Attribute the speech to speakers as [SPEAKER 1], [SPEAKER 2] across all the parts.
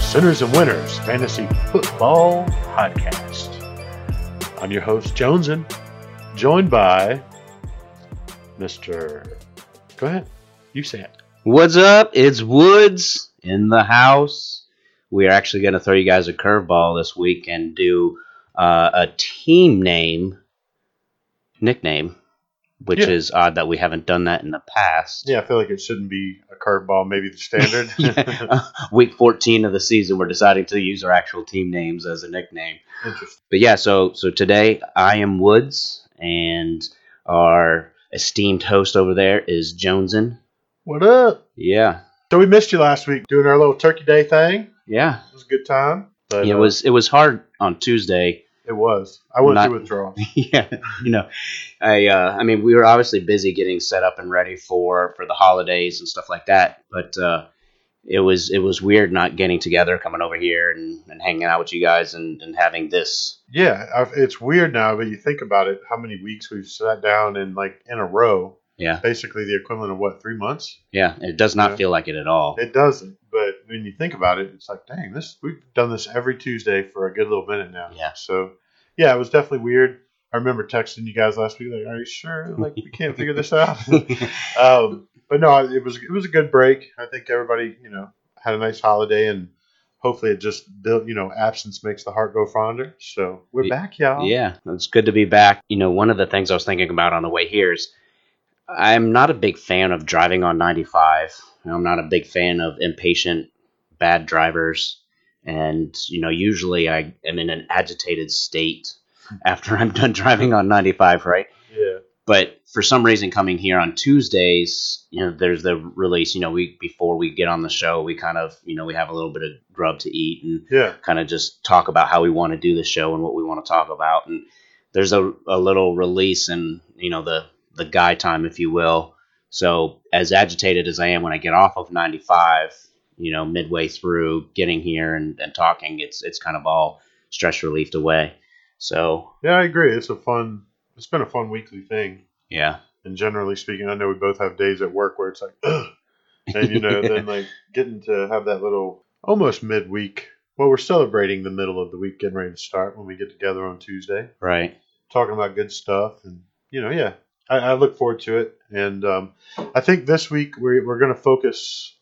[SPEAKER 1] Sinners and Winners Fantasy Football Podcast. I'm your host, Joneson, joined by Mr. Go ahead. You say it.
[SPEAKER 2] What's up? It's Woods in the house. We are actually going to throw you guys a curveball this week and do uh, a team name nickname, which
[SPEAKER 1] Yeah.
[SPEAKER 2] is odd that we haven't done that in the past.
[SPEAKER 1] Yeah, I feel like it shouldn't be a curveball, maybe the standard.
[SPEAKER 2] Week 14 of the season, we're deciding to use our actual team names as a nickname.
[SPEAKER 1] Interesting.
[SPEAKER 2] But yeah, so so today I am Woods, and our esteemed host over there is Joneson.
[SPEAKER 1] What up?
[SPEAKER 2] Yeah,
[SPEAKER 1] So we missed you last week doing our little Turkey Day thing.
[SPEAKER 2] yeah.
[SPEAKER 1] It was a good time. But,
[SPEAKER 2] It
[SPEAKER 1] uh,
[SPEAKER 2] was it was hard on Tuesday
[SPEAKER 1] It was. I went
[SPEAKER 2] Not-
[SPEAKER 1] through withdrawal.
[SPEAKER 2] yeah, you know, I uh, I mean, we were obviously busy getting set up and ready for for the holidays and stuff like that. But uh, it was it was weird not getting together, coming over here and, and hanging out with you guys and, and having this.
[SPEAKER 1] Yeah, I, it's weird now, but you think about it, how many weeks we've sat down and like in a row,
[SPEAKER 2] Yeah,
[SPEAKER 1] basically the equivalent of what three months.
[SPEAKER 2] yeah. It does not
[SPEAKER 1] Yeah.
[SPEAKER 2] feel like it at all.
[SPEAKER 1] It doesn't, but when you think about it, it's like, dang, this we've done this every Tuesday for a good little minute now.
[SPEAKER 2] Yeah.
[SPEAKER 1] So, yeah, it was definitely weird. I remember texting you guys last week, like, are you sure? Like, we can't figure this out. um, but no, it was it was a good break. I think everybody, you know, had a nice holiday, and hopefully, it just built. You know, absence makes the heart go fonder. So we're
[SPEAKER 2] Ye-
[SPEAKER 1] back, y'all.
[SPEAKER 2] yeah, it's good to be back. You know, one of the things I was thinking about on the way here is I'm not a big fan of driving on 95. I'm not a big fan of impatient, bad drivers. And, you know, usually I am in an agitated state after I'm done driving on 95, right?
[SPEAKER 1] yeah.
[SPEAKER 2] But for some reason, coming here on Tuesdays, you know, there's the release, you know, we before we get on the show, we kind of, you know, we have a little bit of grub to eat and
[SPEAKER 1] Yeah,
[SPEAKER 2] kind of just talk about how we want to do the show and what we want to talk about. And there's a, a little release and you know the the guy time, if you will. So as agitated as I am when I get off of 95, you know, midway through getting here and, and talking, it's it's kind of all stress relieved away. So
[SPEAKER 1] yeah, I agree. It's a fun. It's been a fun weekly thing,
[SPEAKER 2] yeah,
[SPEAKER 1] and generally speaking, I know we both have days at work where it's like, Ugh! and you know, then like getting to have that little almost midweek. Well, we're celebrating the middle of the week, getting ready to start when we get together on Tuesday,
[SPEAKER 2] right,
[SPEAKER 1] talking about good stuff, and you know, yeah, I, I look forward to it, and um, I think this week we're we're going to focus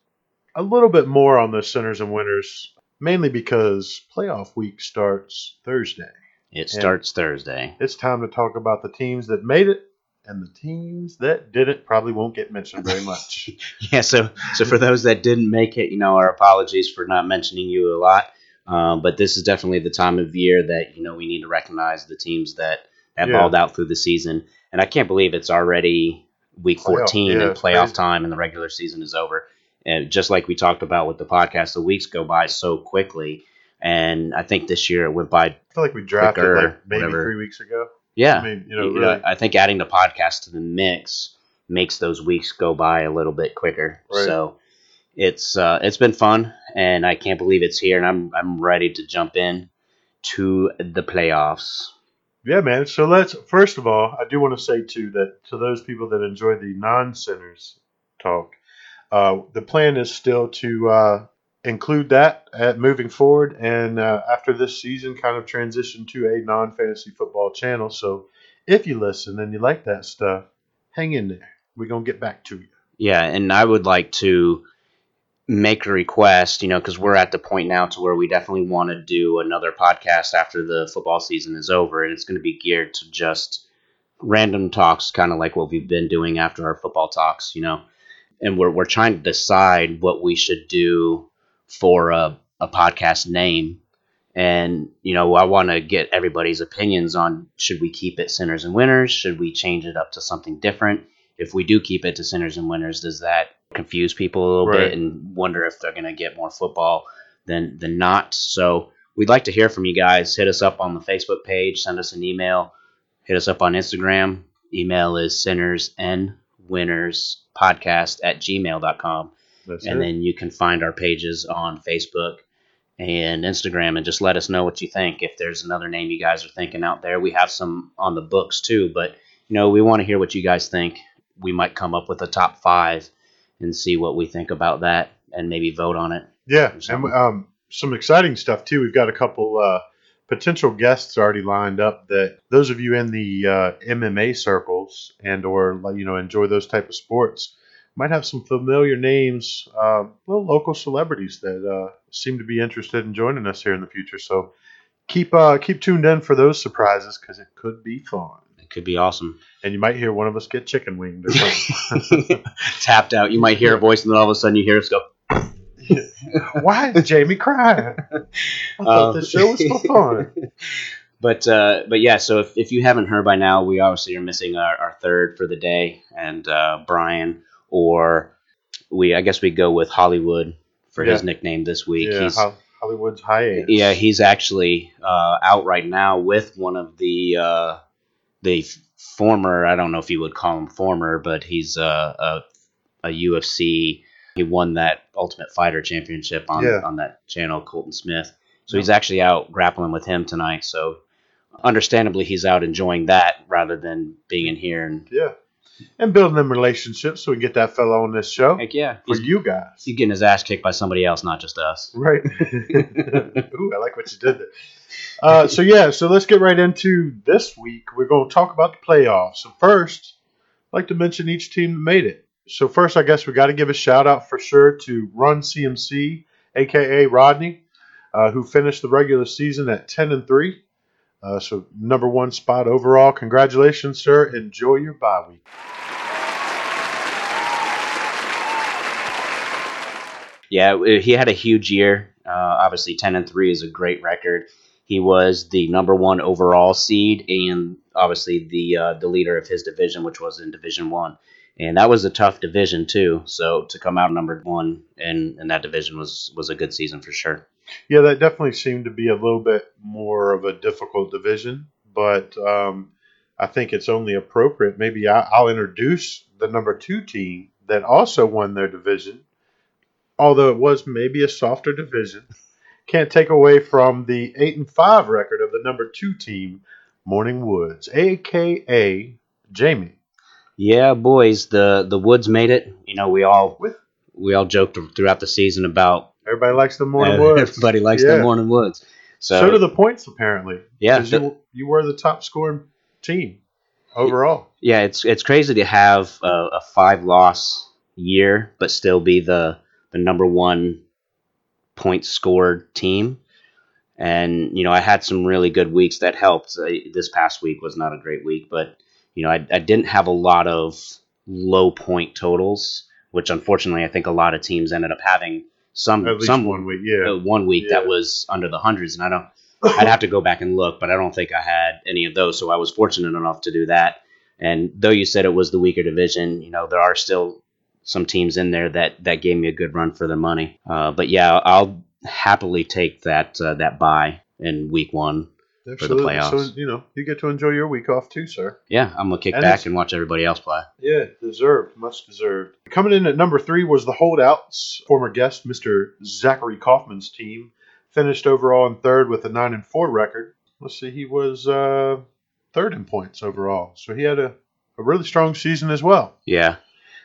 [SPEAKER 1] a little bit more on the sinners and winners, mainly because playoff week starts Thursday
[SPEAKER 2] it starts Thursday.
[SPEAKER 1] it's time to talk about the teams that made it and the teams that didn't probably won't get mentioned very much.
[SPEAKER 2] Yeah, so so for those that didn't make it, you know, our apologies for not mentioning you a lot. Uh, but this is definitely the time of year that you know we need to recognize the teams that that
[SPEAKER 1] Yeah.
[SPEAKER 2] balled out through the season. And I can't believe it's already week
[SPEAKER 1] Playoff,
[SPEAKER 2] fourteen
[SPEAKER 1] yeah,
[SPEAKER 2] and
[SPEAKER 1] it's
[SPEAKER 2] playoff
[SPEAKER 1] crazy.
[SPEAKER 2] time, and the regular season is over. And just like we talked about with the podcast, the weeks go by so quickly. And I think this year it went by.
[SPEAKER 1] I feel like we drafted
[SPEAKER 2] Quicker,
[SPEAKER 1] like maybe
[SPEAKER 2] whatever.
[SPEAKER 1] three weeks ago.
[SPEAKER 2] Yeah,
[SPEAKER 1] I mean, you know,
[SPEAKER 2] You know,
[SPEAKER 1] really,
[SPEAKER 2] I think adding the podcast to the mix makes those weeks go by a little bit quicker.
[SPEAKER 1] Right.
[SPEAKER 2] So it's uh, it's been fun, and I can't believe it's here, and I'm I'm ready to jump in to the playoffs.
[SPEAKER 1] yeah, man. So let's first of all, I do want to say too that to those people that enjoy the non-sinners talk, uh, the plan is still to uh, include that at moving forward, and uh, after this season, kind of transition to a non-fantasy football channel. So if you listen and you like that stuff, hang in there. We're gonna get back to you.
[SPEAKER 2] Yeah, and I would like to make a request, you know, because we're at the point now to where we definitely want to do another podcast after the football season is over, and it's going to be geared to just random talks, kind of like what we've been doing after our football talks, you know. And we're, we're trying to decide what we should do for a, a podcast name. And, you know, I want to get everybody's opinions on should we keep it Sinners and Winners? Should we change it up to something different? if we do keep it to sinners and winners, does that confuse people a little
[SPEAKER 1] Right.
[SPEAKER 2] bit and wonder if they're going to get more football than than not? So we'd like to hear from you guys. Hit us up on the Facebook page, send us an email, hit us up on Instagram. Email is sinners and winners podcast at gmail.com.
[SPEAKER 1] That's
[SPEAKER 2] And then you can find our pages on Facebook and Instagram and just let us know what you think. If there's another name you guys are thinking out there, we have some on the books too, but you know, we want to hear what you guys think. We might come up with a top five and see what we think about that and maybe vote on it.
[SPEAKER 1] yeah,
[SPEAKER 2] or
[SPEAKER 1] and
[SPEAKER 2] something.
[SPEAKER 1] um, some exciting stuff too. We've got a couple uh, potential guests already lined up. That those of you in the uh, MMA circles and or like, you know enjoy those type of sports might have some familiar names, uh, well, local celebrities that uh, seem to be interested in joining us here in the future. So keep uh, keep tuned in for those surprises because it could be fun.
[SPEAKER 2] It could be awesome.
[SPEAKER 1] And you might hear one of us get chicken winged or something.
[SPEAKER 2] Tapped out. You might hear a voice, and then all of a sudden you hear us go.
[SPEAKER 1] Why is Jamie crying? I thought
[SPEAKER 2] Um,
[SPEAKER 1] the show was for fun.
[SPEAKER 2] But uh, but yeah, so if, if you haven't heard by now, we obviously are missing our, our third for the day and uh, Brian, or we I guess we go with Hollywood for his nickname this week.
[SPEAKER 1] Yeah,
[SPEAKER 2] he's,
[SPEAKER 1] Hol- Hollywood's hiatus.
[SPEAKER 2] yeah, he's actually uh, out right now with one of the uh, the f- former I don't know if you would call him former, but he's uh, a a UFC. He won that Ultimate Fighter Championship on
[SPEAKER 1] Yeah.
[SPEAKER 2] on that channel, Colton Smith. So
[SPEAKER 1] Yeah.
[SPEAKER 2] he's actually out grappling with him tonight. So understandably, he's out enjoying that rather than being in here and
[SPEAKER 1] yeah. And building them relationships so we can get that fellow on this show
[SPEAKER 2] heck yeah,
[SPEAKER 1] for
[SPEAKER 2] he's,
[SPEAKER 1] you guys.
[SPEAKER 2] he's getting his ass kicked by somebody else, not just us.
[SPEAKER 1] Right. Ooh, I like what you did there. Uh, so, yeah, so let's get right into this week. We're going to talk about the playoffs. So, first, I'd like to mention each team that made it. So, first, I guess we got to give a shout out for sure to Run CMC, aka Rodney, uh, who finished the regular season at 10 and 3. Uh, so, number one spot overall. Congratulations, sir. Enjoy your bye week.
[SPEAKER 2] Yeah, w- he had a huge year. Uh, obviously, ten and three is a great record. He was the number one overall seed, and obviously the uh, the leader of his division, which was in Division One, and that was a tough division too. So to come out number one in, in that division was was a good season for sure.
[SPEAKER 1] Yeah, that definitely seemed to be a little bit more of a difficult division, but um, I think it's only appropriate. Maybe I, I'll introduce the number two team that also won their division, although it was maybe a softer division. Can't take away from the eight and five record of the number two team, Morning Woods, aka Jamie.
[SPEAKER 2] Yeah, boys, the the Woods made it. You know, we all
[SPEAKER 1] With-
[SPEAKER 2] we all joked throughout the season about
[SPEAKER 1] Everybody likes the Morning Woods.
[SPEAKER 2] everybody likes
[SPEAKER 1] Yeah.
[SPEAKER 2] the Morning Woods. So,
[SPEAKER 1] So, do the points apparently.
[SPEAKER 2] yeah,
[SPEAKER 1] 'cause you, you were the top scoring team overall.
[SPEAKER 2] yeah, it's it's crazy to have a, a five loss year, but still be the the number one point scored team. And you know, I had some really good weeks that helped. Uh, this past week was not a great week, but you know, I, I didn't have a lot of low point totals, which unfortunately I think a lot of teams ended up having some
[SPEAKER 1] At least
[SPEAKER 2] some
[SPEAKER 1] one week, yeah.
[SPEAKER 2] uh, one week that
[SPEAKER 1] Yeah.
[SPEAKER 2] was under the hundreds, and I don't. I'd have to go back and look, but I don't think I had any of those. So I was fortunate enough to do that. And though you said it was the weaker division, you know there are still some teams in there that that gave me a good run for their money. Uh, but yeah, I'll happily take that uh, that buy in week one. the
[SPEAKER 1] So
[SPEAKER 2] playoffs.
[SPEAKER 1] you know you get to enjoy your week off too, sir.
[SPEAKER 2] Yeah, I'm gonna kick
[SPEAKER 1] And
[SPEAKER 2] back
[SPEAKER 1] it's-
[SPEAKER 2] and watch everybody else play.
[SPEAKER 1] Yeah, deserved, much deserved. Coming in at number three was the holdouts. Former guest Mr. Zachary Kaufman's team finished overall in third with a nine and four record. Let's see, he was uh, third in points overall, so he had a, a really strong season as well.
[SPEAKER 2] Yeah,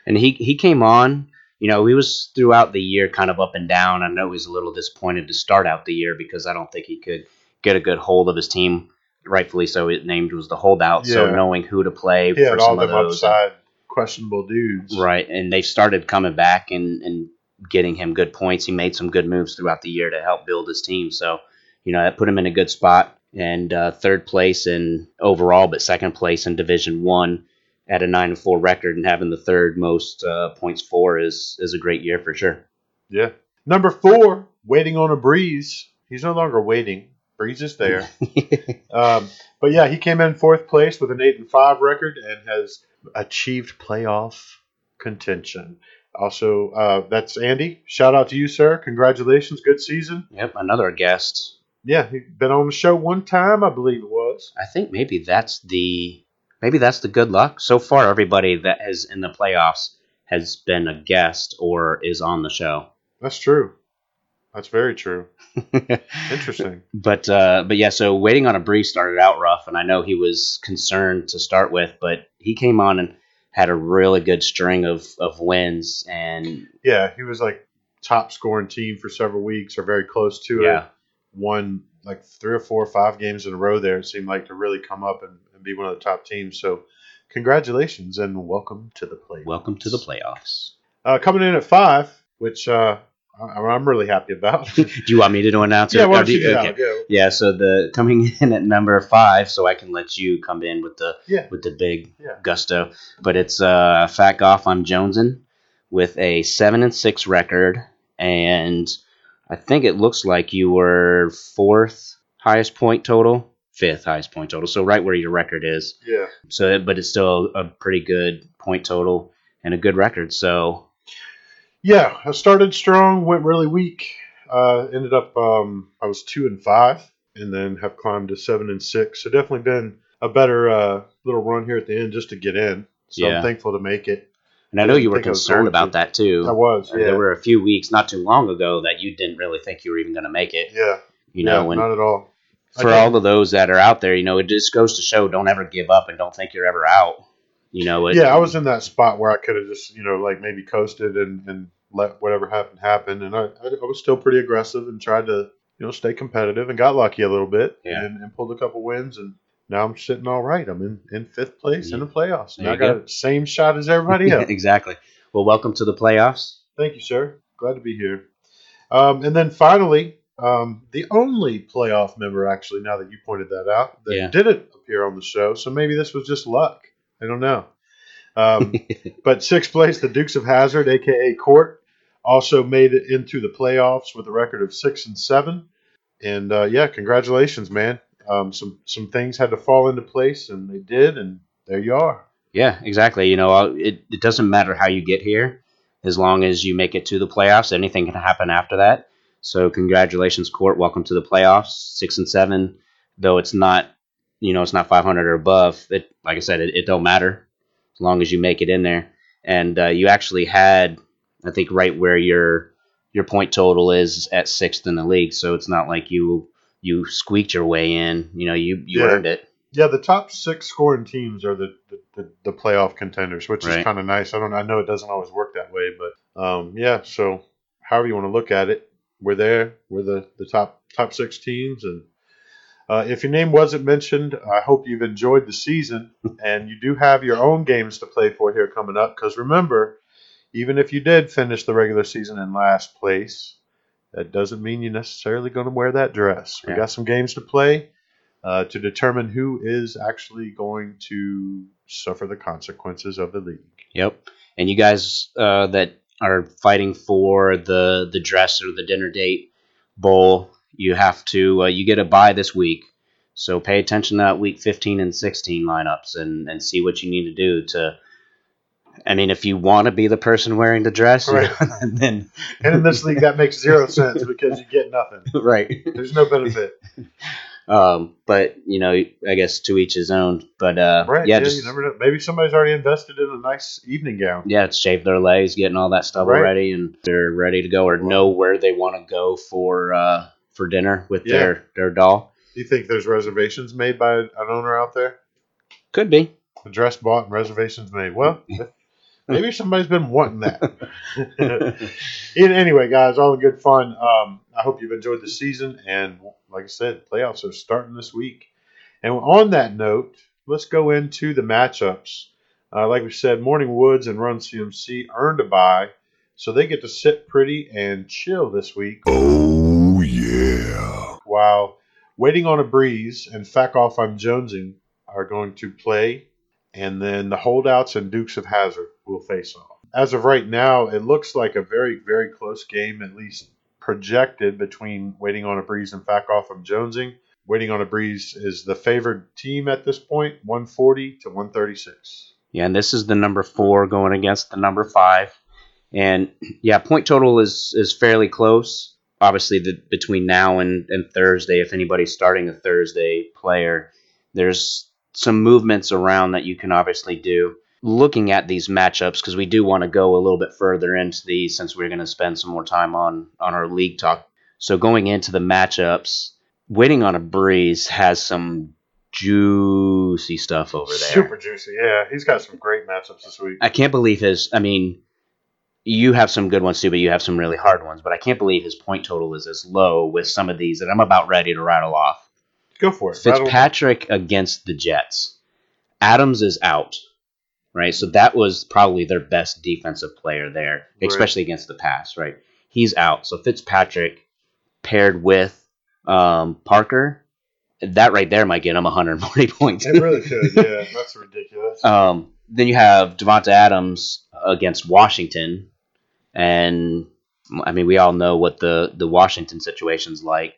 [SPEAKER 2] and he he came on. You know, he was throughout the year kind of up and down. I know he was a little disappointed to start out the year because I don't think he could get a good hold of his team. Rightfully so, it named was the holdout.
[SPEAKER 1] Yeah.
[SPEAKER 2] So knowing who to play
[SPEAKER 1] He had
[SPEAKER 2] for
[SPEAKER 1] all
[SPEAKER 2] some of
[SPEAKER 1] them
[SPEAKER 2] those,
[SPEAKER 1] upside questionable dudes.
[SPEAKER 2] right? And they've started coming back and and getting him good points. He made some good moves throughout the year to help build his team. So you know that put him in a good spot and uh, third place in overall, but second place in Division One at a nine and four record and having the third most uh, points for is is a great year for sure.
[SPEAKER 1] Yeah. Number four, waiting on a breeze. He's no longer waiting. Breeze is there. Um, but yeah, he came in fourth place with an eight and five record and has achieved playoff contention. Also, uh, that's Andy. Shout out to you, sir. Congratulations, good season.
[SPEAKER 2] yep, another guest.
[SPEAKER 1] Yeah, you've been on the show one time, I believe it was.
[SPEAKER 2] I think maybe that's the maybe that's the good luck so far. Everybody that is in the playoffs has been a guest or is on the show.
[SPEAKER 1] That's true. That's very true. Interesting.
[SPEAKER 2] But uh, but yeah, so waiting on a breeze started out rough, and I know he was concerned to start with, but he came on and had a really good string of, of wins, and
[SPEAKER 1] yeah, he was like top scoring team for several weeks or very close to
[SPEAKER 2] yeah.
[SPEAKER 1] it. Won like three or four or five games in a row there. It seemed like to really come up and, and be one of the top teams. So congratulations and welcome to the play.
[SPEAKER 2] Welcome to the playoffs.
[SPEAKER 1] Uh, coming in at five, which uh, I, I'm really happy about.
[SPEAKER 2] do you want me to do announce it?
[SPEAKER 1] yeah,
[SPEAKER 2] Or
[SPEAKER 1] why don't
[SPEAKER 2] do
[SPEAKER 1] you
[SPEAKER 2] you-
[SPEAKER 1] do
[SPEAKER 2] okay.
[SPEAKER 1] that? Go.
[SPEAKER 2] Yeah, so the coming in at number five, so I can let you come in with the
[SPEAKER 1] Yeah.
[SPEAKER 2] with the big
[SPEAKER 1] Yeah.
[SPEAKER 2] gusto. But it's uh, Fat Goff on Jonesin with a seven and six record, and I think it looks like you were fourth highest point total, fifth highest point total, so right where your record is.
[SPEAKER 1] Yeah.
[SPEAKER 2] So, but it's still a pretty good point total and a good record. So,
[SPEAKER 1] Yeah, I started strong, went really weak. Uh, ended up um, I was two and five, and then have climbed to seven and six. So definitely been a better uh, little run here at the end just to get in. So
[SPEAKER 2] Yeah.
[SPEAKER 1] I'm thankful to make it.
[SPEAKER 2] and I know you were
[SPEAKER 1] Think I was
[SPEAKER 2] concerned
[SPEAKER 1] going
[SPEAKER 2] about
[SPEAKER 1] to.
[SPEAKER 2] that too.
[SPEAKER 1] I was.
[SPEAKER 2] Uh,
[SPEAKER 1] Yeah.
[SPEAKER 2] There were a few weeks not too long ago that you didn't really think you were even going to make it.
[SPEAKER 1] yeah.
[SPEAKER 2] You know,
[SPEAKER 1] yeah,
[SPEAKER 2] and
[SPEAKER 1] not at all. I
[SPEAKER 2] for
[SPEAKER 1] did.
[SPEAKER 2] all of those that are out there, you know, it just goes to show don't ever give up and don't think you're ever out. You know, it,
[SPEAKER 1] yeah, I was in that spot where I could have just, you know, like maybe coasted and, and let whatever happened happen. And I, I, I was still pretty aggressive and tried to, you know, stay competitive and got lucky a little bit
[SPEAKER 2] Yeah.
[SPEAKER 1] and, and pulled a couple wins. And now I'm sitting all right. I'm in, in fifth place in the playoffs. And
[SPEAKER 2] There
[SPEAKER 1] I
[SPEAKER 2] you
[SPEAKER 1] got the same shot as everybody else.
[SPEAKER 2] exactly. Well, welcome to the playoffs.
[SPEAKER 1] Thank you, sir. Glad to be here. Um, and then finally, um, the only playoff member, actually, now that you pointed that out, that
[SPEAKER 2] Yeah.
[SPEAKER 1] didn't appear on the show. So maybe this was just luck. I don't know. Um, but sixth place, the Dukes of Hazard, aka Court, also made it into the playoffs with a record of six and seven. And uh, yeah, congratulations, man. Um, some some things had to fall into place, and they did, and there you are.
[SPEAKER 2] Yeah, exactly. You know, I'll- it, it doesn't matter how you get here, as long as you make it to the playoffs. Anything can happen after that. So, congratulations, Court. Welcome to the playoffs. Six and seven, though it's not, you know, it's not 500 or above. It, like I said, it, it don't matter as long as you make it in there. And uh, you actually had, I think, right where your your point total is at sixth in the league. So it's not like you you squeaked your way in. You know, you you
[SPEAKER 1] Yeah.
[SPEAKER 2] earned it.
[SPEAKER 1] Yeah, the top six scoring teams are the the, the, the playoff contenders, which
[SPEAKER 2] Right.
[SPEAKER 1] is kind of nice. I don't, I know it doesn't always work that way, but um, yeah. So however you want to look at it, we're there. We're the, the top top six teams, and uh, if your name wasn't mentioned, I hope you've enjoyed the season, and you do have your own games to play for here coming up. Because remember, even if you did finish the regular season in last place, that doesn't mean you're necessarily going to wear that dress. We
[SPEAKER 2] Yeah.
[SPEAKER 1] got some games to play uh, to determine who is actually going to suffer the consequences of the league.
[SPEAKER 2] Yep. And you guys uh, that are fighting for the the dress or the dinner date bowl, you have to uh, you get a buy this week. So pay attention to that week 15 and 16 lineups and and see what you need to do to. I mean, if you want to be the person wearing the dress,
[SPEAKER 1] Right.
[SPEAKER 2] then
[SPEAKER 1] And in this league, that makes zero sense because you get nothing.
[SPEAKER 2] right.
[SPEAKER 1] There's no benefit.
[SPEAKER 2] Um, but you know, I guess to each his own. But uh,
[SPEAKER 1] Right?
[SPEAKER 2] yeah,
[SPEAKER 1] Yeah,
[SPEAKER 2] just
[SPEAKER 1] you never know. Maybe somebody's already invested in a nice evening gown.
[SPEAKER 2] yeah, it's shaved their legs, getting all that stubble
[SPEAKER 1] Right.
[SPEAKER 2] ready, and they're ready to go or know where they want to go for uh, for dinner with
[SPEAKER 1] Yeah.
[SPEAKER 2] their their doll.
[SPEAKER 1] Do you think there's reservations made by an owner out there?
[SPEAKER 2] Could be.
[SPEAKER 1] A dress bought and reservations made. Well, maybe somebody's been wanting that. And anyway, guys, all in good fun. Um, I hope you've enjoyed the season, and like I said, playoffs are starting this week. And on that note, let's go into the matchups. Uh, like we said, Morning Woods and Run CMC earned a bye, so they get to sit pretty and chill this week
[SPEAKER 3] Oh yeah.
[SPEAKER 1] while waiting on a breeze and fack off on Jonesing are going to play, and then the holdouts and Dukes of Hazard will face off. As of right now, it looks like a very very close game, at least projected between waiting on a breeze and fack off on Jonesing. Waiting on a breeze is the favored team at this point, 140 to 136.
[SPEAKER 2] Yeah, and this is the number four going against the number five, and yeah, point total is is fairly close. Obviously, the, between now and and Thursday, if anybody's starting a Thursday player, there's some movements around that you can obviously do. Looking at these matchups, because we do want to go a little bit further into these since we're going to spend some more time on on our league talk. So going into the matchups, waiting on a breeze has some juicy stuff over there.
[SPEAKER 1] Super juicy, yeah. He's got some great matchups this week.
[SPEAKER 2] I can't believe his. I mean, you have some good ones too, but you have some really hard ones. But I can't believe his point total is as low with some of these that I'm about ready to rattle off.
[SPEAKER 1] Go for it. Rattle-
[SPEAKER 2] Fitzpatrick against the Jets. Adams is out, right? So that was probably their best defensive player there,
[SPEAKER 1] Right.
[SPEAKER 2] especially against the pass, right? He's out. So Fitzpatrick paired with um, Parker, that right there might get him 140 points.
[SPEAKER 1] It really could. Yeah, that's ridiculous.
[SPEAKER 2] Um, then you have Devonta Adams against Washington, and I mean we all know what the the Washington situation's like.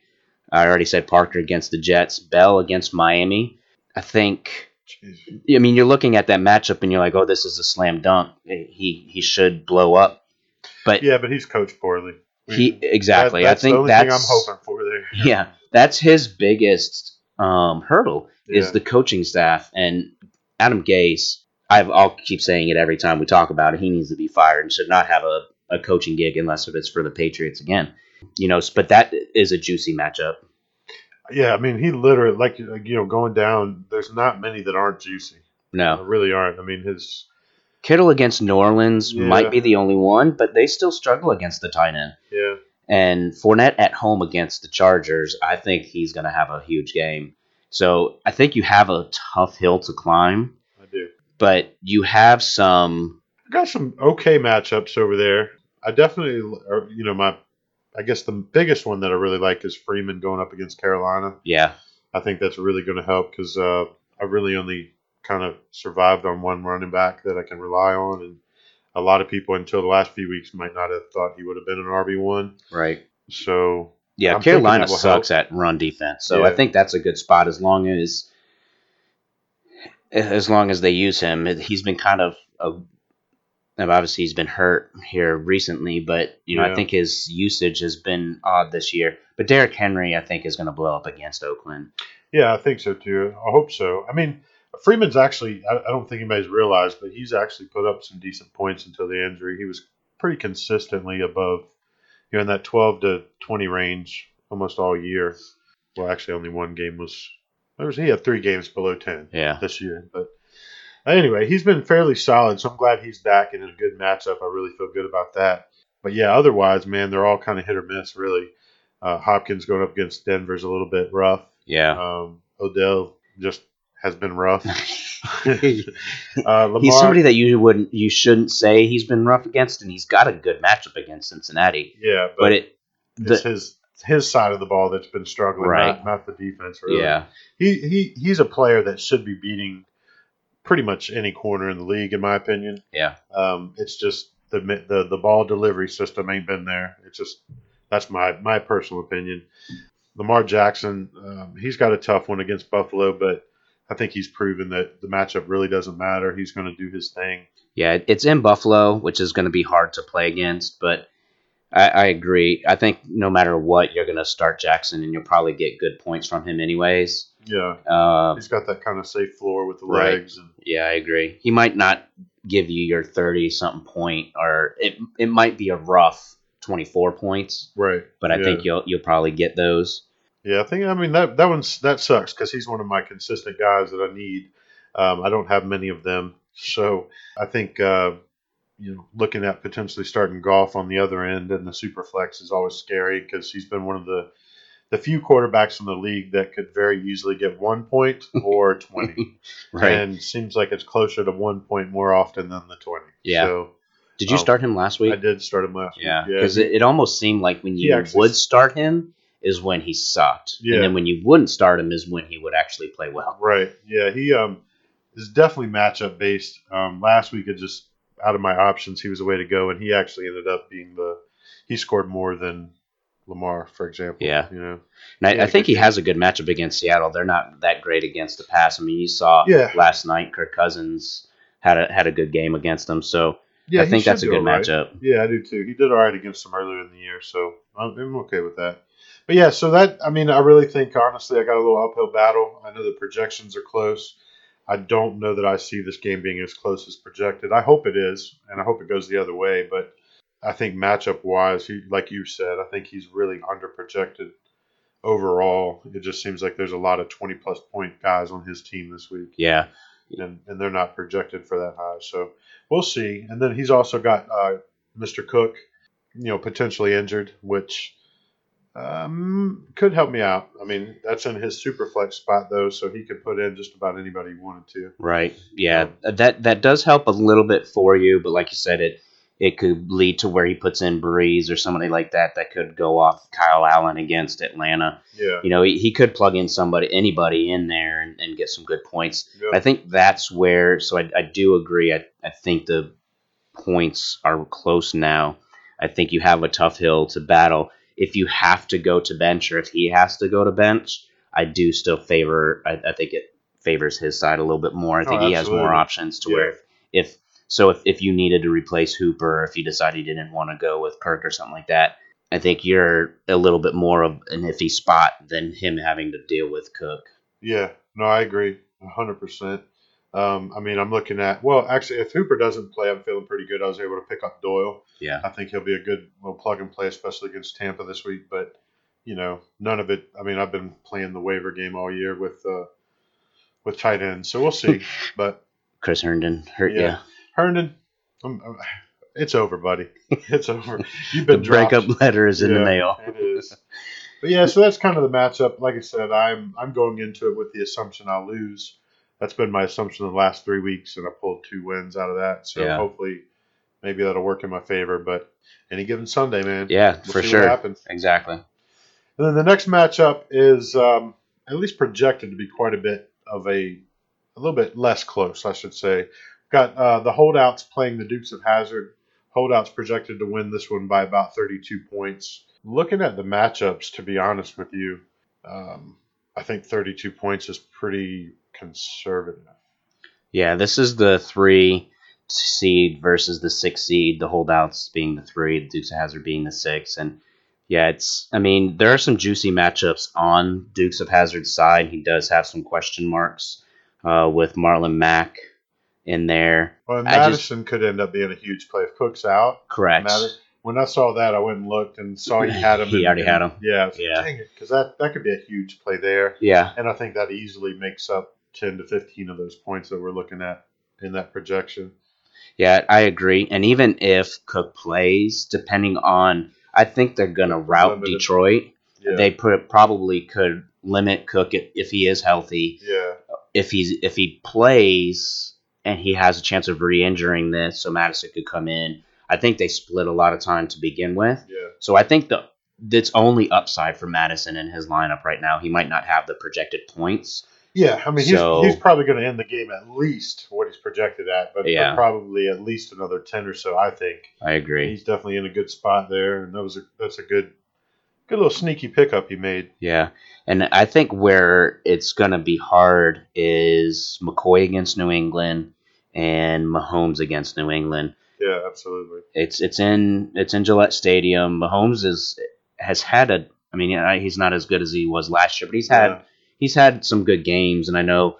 [SPEAKER 2] I already said Parker against the Jets, Bell against Miami. I think.
[SPEAKER 1] Jeez.
[SPEAKER 2] I mean, you're looking at that matchup and you're like, "Oh, this is a slam dunk. He he should blow up." But
[SPEAKER 1] Yeah, but he's coached poorly. We-
[SPEAKER 2] he exactly.
[SPEAKER 1] that- that's
[SPEAKER 2] I think
[SPEAKER 1] the only
[SPEAKER 2] that's
[SPEAKER 1] thing I'm hoping for there.
[SPEAKER 2] yeah, that's his biggest um, hurdle
[SPEAKER 1] Yeah.
[SPEAKER 2] is the coaching staff and Adam Gase. I've, I'll keep saying it every time we talk about it. He needs to be fired and should not have a, a coaching gig unless if it's for the Patriots again. You know, s- but that is a juicy matchup.
[SPEAKER 1] Yeah, I mean, he literally, like, like, you know, going down, there's not many that aren't juicy. There
[SPEAKER 2] No,
[SPEAKER 1] really aren't. I mean, his,
[SPEAKER 2] Kittle against New Orleans
[SPEAKER 1] Yeah.
[SPEAKER 2] might be the only one, but they still struggle against the tight end.
[SPEAKER 1] yeah.
[SPEAKER 2] And Fournette at home against the Chargers, I think he's going to have a huge game. So I think you have a tough hill to climb.
[SPEAKER 1] I do.
[SPEAKER 2] but you have some.
[SPEAKER 1] I got some okay matchups over there. I definitely, or, you know, my, I guess the biggest one that I really like is Freeman going up against Carolina.
[SPEAKER 2] Yeah,
[SPEAKER 1] I think that's really going to help because uh, I really only kind of survived on one running back that I can rely on, and a lot of people until the last few weeks might not have thought he would have been an RB one.
[SPEAKER 2] right.
[SPEAKER 1] So
[SPEAKER 2] Yeah,
[SPEAKER 1] I'm thinking
[SPEAKER 2] Carolina
[SPEAKER 1] that will
[SPEAKER 2] sucks at run defense, so I
[SPEAKER 1] Yeah.
[SPEAKER 2] think that's a good spot as long as as long as they use him. He's been kind of a, and obviously he's been hurt here recently, but you know I
[SPEAKER 1] Yeah.
[SPEAKER 2] think his usage has been odd this year. But Derrick Henry, I think, is going to blow up against Oakland.
[SPEAKER 1] Yeah, I think so too. I hope so. I mean, Freeman's actually, I, I don't think anybody's realized, but he's actually put up some decent points until the injury. He was pretty consistently above, you know, in that 12 to 20 range almost all year. Well, actually, only one game was, there was, he had three games below 10
[SPEAKER 2] Yeah,
[SPEAKER 1] this year. But anyway, he's been fairly solid, so I'm glad he's back and in a good matchup. I really feel good about that. But yeah, otherwise, man, they're all kind of hit or miss, really. Uh, Hopkins going up against Denver's a little bit rough.
[SPEAKER 2] yeah.
[SPEAKER 1] Um, Odell just has been rough. uh, Lamar,
[SPEAKER 2] He's somebody that you wouldn't, you shouldn't say he's been rough against, and he's got a good matchup against Cincinnati.
[SPEAKER 1] yeah, but,
[SPEAKER 2] But it, the,
[SPEAKER 1] it's his it's his side of the ball that's been struggling,
[SPEAKER 2] Right.
[SPEAKER 1] not, not the defense. Really.
[SPEAKER 2] yeah,
[SPEAKER 1] he he he's a player that should be beating pretty much any corner in the league, in my opinion.
[SPEAKER 2] Yeah.
[SPEAKER 1] um, it's just the mi- the the ball delivery system ain't been there. It's just that's my my personal opinion. Lamar Jackson, um, he's got a tough one against Buffalo, but I think he's proven that the matchup really doesn't matter. He's going to do his thing.
[SPEAKER 2] Yeah, it- it's in Buffalo, which is going to be hard to play against, but I, I agree. I think no matter what, you're going to start Jackson, and you'll probably get good points from him anyways.
[SPEAKER 1] Yeah,
[SPEAKER 2] Uh,
[SPEAKER 1] he's got that kind of safe floor with the
[SPEAKER 2] Right.
[SPEAKER 1] legs, and
[SPEAKER 2] yeah, I agree. He might not give you your thirty something point, or it it might be a rough twenty four points,
[SPEAKER 1] right.
[SPEAKER 2] but I
[SPEAKER 1] Yeah.
[SPEAKER 2] think you'll you'll probably get those.
[SPEAKER 1] Yeah, I think I mean that that one's that sucks because he's one of my consistent guys that I need. Um, I don't have many of them, so I think uh, you know looking at potentially starting golf on the other end and the superflex is always scary because he's been one of the the few quarterbacks in the league that could very easily get one point or twenty, and seems like it's closer to one point more often than the twenty.
[SPEAKER 2] Yeah.
[SPEAKER 1] so
[SPEAKER 2] Did you
[SPEAKER 1] Oh,
[SPEAKER 2] start him last week?
[SPEAKER 1] I did start him last.
[SPEAKER 2] Yeah,
[SPEAKER 1] week.
[SPEAKER 2] because it, it almost seemed like when
[SPEAKER 1] He
[SPEAKER 2] you
[SPEAKER 1] actually-
[SPEAKER 2] would start him is when he sucked,
[SPEAKER 1] Yeah.
[SPEAKER 2] and then when you wouldn't start him is when he would actually play well.
[SPEAKER 1] Right. Yeah. He um is definitely matchup based. Um, last week it just out of my options, he was the way to go, and he actually ended up being the he scored more than Lamar, for example.
[SPEAKER 2] Yeah.
[SPEAKER 1] You know.
[SPEAKER 2] And I,
[SPEAKER 1] Yeah,
[SPEAKER 2] I think
[SPEAKER 1] good
[SPEAKER 2] he has a good matchup against Seattle. They're not that great against the pass. I mean, you saw
[SPEAKER 1] Yeah.
[SPEAKER 2] last night Kirk Cousins had a had a good game against them, so
[SPEAKER 1] Yeah.
[SPEAKER 2] I
[SPEAKER 1] he
[SPEAKER 2] think
[SPEAKER 1] should
[SPEAKER 2] that's a
[SPEAKER 1] do
[SPEAKER 2] good
[SPEAKER 1] all right.
[SPEAKER 2] matchup.
[SPEAKER 1] Yeah, I do too. He did all right against them earlier in the year, so I'm, I'm okay with that. But yeah, so that I mean, I really think honestly, I got a little uphill battle. I know the projections are close. I don't know that I see this game being as close as projected. I hope it is, and I hope it goes the other way. But I think matchup wise, he, like you said, I think he's really under projected overall. It just seems like there's a lot of twenty plus point guys on his team this week
[SPEAKER 2] Yeah,
[SPEAKER 1] and, and they're not projected for that high. So we'll see. And then he's also got uh, Mr. Cook, you know, potentially injured, which um, could help me out. I mean, that's in his super flex spot though, so he could put in just about anybody he wanted to.
[SPEAKER 2] Right. Yeah. uh, That that does help a little bit for you, but like you said, it it could lead to where he puts in Breeze or somebody like that that could go off Kyle Allen against Atlanta.
[SPEAKER 1] Yeah.
[SPEAKER 2] You know, he, he could plug in somebody, anybody in there and, and get some good points.
[SPEAKER 1] Yeah.
[SPEAKER 2] I think that's where. So I, I do agree. I, I think the points are close now. I think you have a tough hill to battle. If you have to go to bench or if he has to go to bench, I do still favor. I, I think it favors his side a little bit more. I
[SPEAKER 1] Oh,
[SPEAKER 2] think he has more
[SPEAKER 1] absolutely.
[SPEAKER 2] options to
[SPEAKER 1] Yeah.
[SPEAKER 2] where if, if so, if, if you needed to replace Hooper, or if you decided you didn't want to go with Kirk or something like that, I think you're a little bit more of an iffy spot than him having to deal with Cook.
[SPEAKER 1] Yeah, no, I agree, hundred percent. Um, I mean, I'm looking at well, actually, if Hooper doesn't play, I'm feeling pretty good. I was able to pick up Doyle.
[SPEAKER 2] Yeah.
[SPEAKER 1] I think he'll be a good little plug and play, especially against Tampa this week. But you know, none of it. I mean, I've been playing the waiver game all year with uh, with tight ends, so we'll see. but
[SPEAKER 2] Chris Herndon hurt
[SPEAKER 1] Yeah.
[SPEAKER 2] you.
[SPEAKER 1] Herndon, I'm, I'm- it's over, buddy. It's over. You've
[SPEAKER 2] The
[SPEAKER 1] been dropped.
[SPEAKER 2] breakup letter is in the
[SPEAKER 1] Yeah,
[SPEAKER 2] mail.
[SPEAKER 1] It is. But yeah, so that's kind of the matchup. Like I said, I'm I'm going into it with the assumption I'll lose. That's been my assumption the last three weeks, and I pulled two wins out of that. So
[SPEAKER 2] Yeah.
[SPEAKER 1] hopefully, maybe that'll work in my favor. But any given Sunday, man,
[SPEAKER 2] Yeah,
[SPEAKER 1] we'll
[SPEAKER 2] for
[SPEAKER 1] see
[SPEAKER 2] sure.
[SPEAKER 1] what happens.
[SPEAKER 2] Exactly.
[SPEAKER 1] And then the next matchup is um, at least projected to be quite a bit of a a little bit less close, I should say. Got uh, the holdouts playing the Dukes of Hazard. Holdouts projected to win this one by about 32 points. Looking at the matchups, to be honest with you, um, I think 32 points is pretty conservative.
[SPEAKER 2] Yeah, this is the three seed versus the six seed. The holdouts being the three, the Dukes of Hazard being the six, and yeah, it's. I mean, there are some juicy matchups on Dukes of Hazard's side. He does have some question marks uh, with Marlon Mack in there.
[SPEAKER 1] Well, and
[SPEAKER 2] I just-
[SPEAKER 1] Madison could end up being a huge play if Cook's out.
[SPEAKER 2] Correct.
[SPEAKER 1] Madison- when I saw that, I went and looked and saw he had him.
[SPEAKER 2] He
[SPEAKER 1] and-
[SPEAKER 2] already had him.
[SPEAKER 1] Yeah, I was like,
[SPEAKER 2] Yeah.
[SPEAKER 1] dang it, because that, that could be a huge play there.
[SPEAKER 2] Yeah,
[SPEAKER 1] And I think that easily makes up 10 to 15 of those points that we're looking at in that projection.
[SPEAKER 2] Yeah, I agree. And even if Cook plays, depending on, I think they're going to route
[SPEAKER 1] Limited.
[SPEAKER 2] Detroit.
[SPEAKER 1] Yeah.
[SPEAKER 2] They put, probably could limit Cook if, if he is healthy.
[SPEAKER 1] yeah.
[SPEAKER 2] If he's if he plays and he has a chance of re-injuring this, so Madison could come in. I think they split a lot of time to begin with.
[SPEAKER 1] Yeah.
[SPEAKER 2] So I think the that's only upside for Madison in his lineup right now. He might not have the projected points.
[SPEAKER 1] Yeah. I mean, he's,
[SPEAKER 2] So-
[SPEAKER 1] he's probably going to end the game at least what he's projected at, but, but
[SPEAKER 2] Yeah.
[SPEAKER 1] probably at least another 10 or so, I think.
[SPEAKER 2] I agree.
[SPEAKER 1] He's definitely in a good spot there. And that was a, that's a good, good little sneaky pickup he made.
[SPEAKER 2] Yeah. And I think where it's going to be hard is McCoy against New England and Mahomes against New England.
[SPEAKER 1] Yeah, absolutely.
[SPEAKER 2] It's it's in it's in Gillette Stadium. Mahomes is has had a I mean I- he's not as good as he was last year, but he's had
[SPEAKER 1] Yeah.
[SPEAKER 2] he's had some good games and I know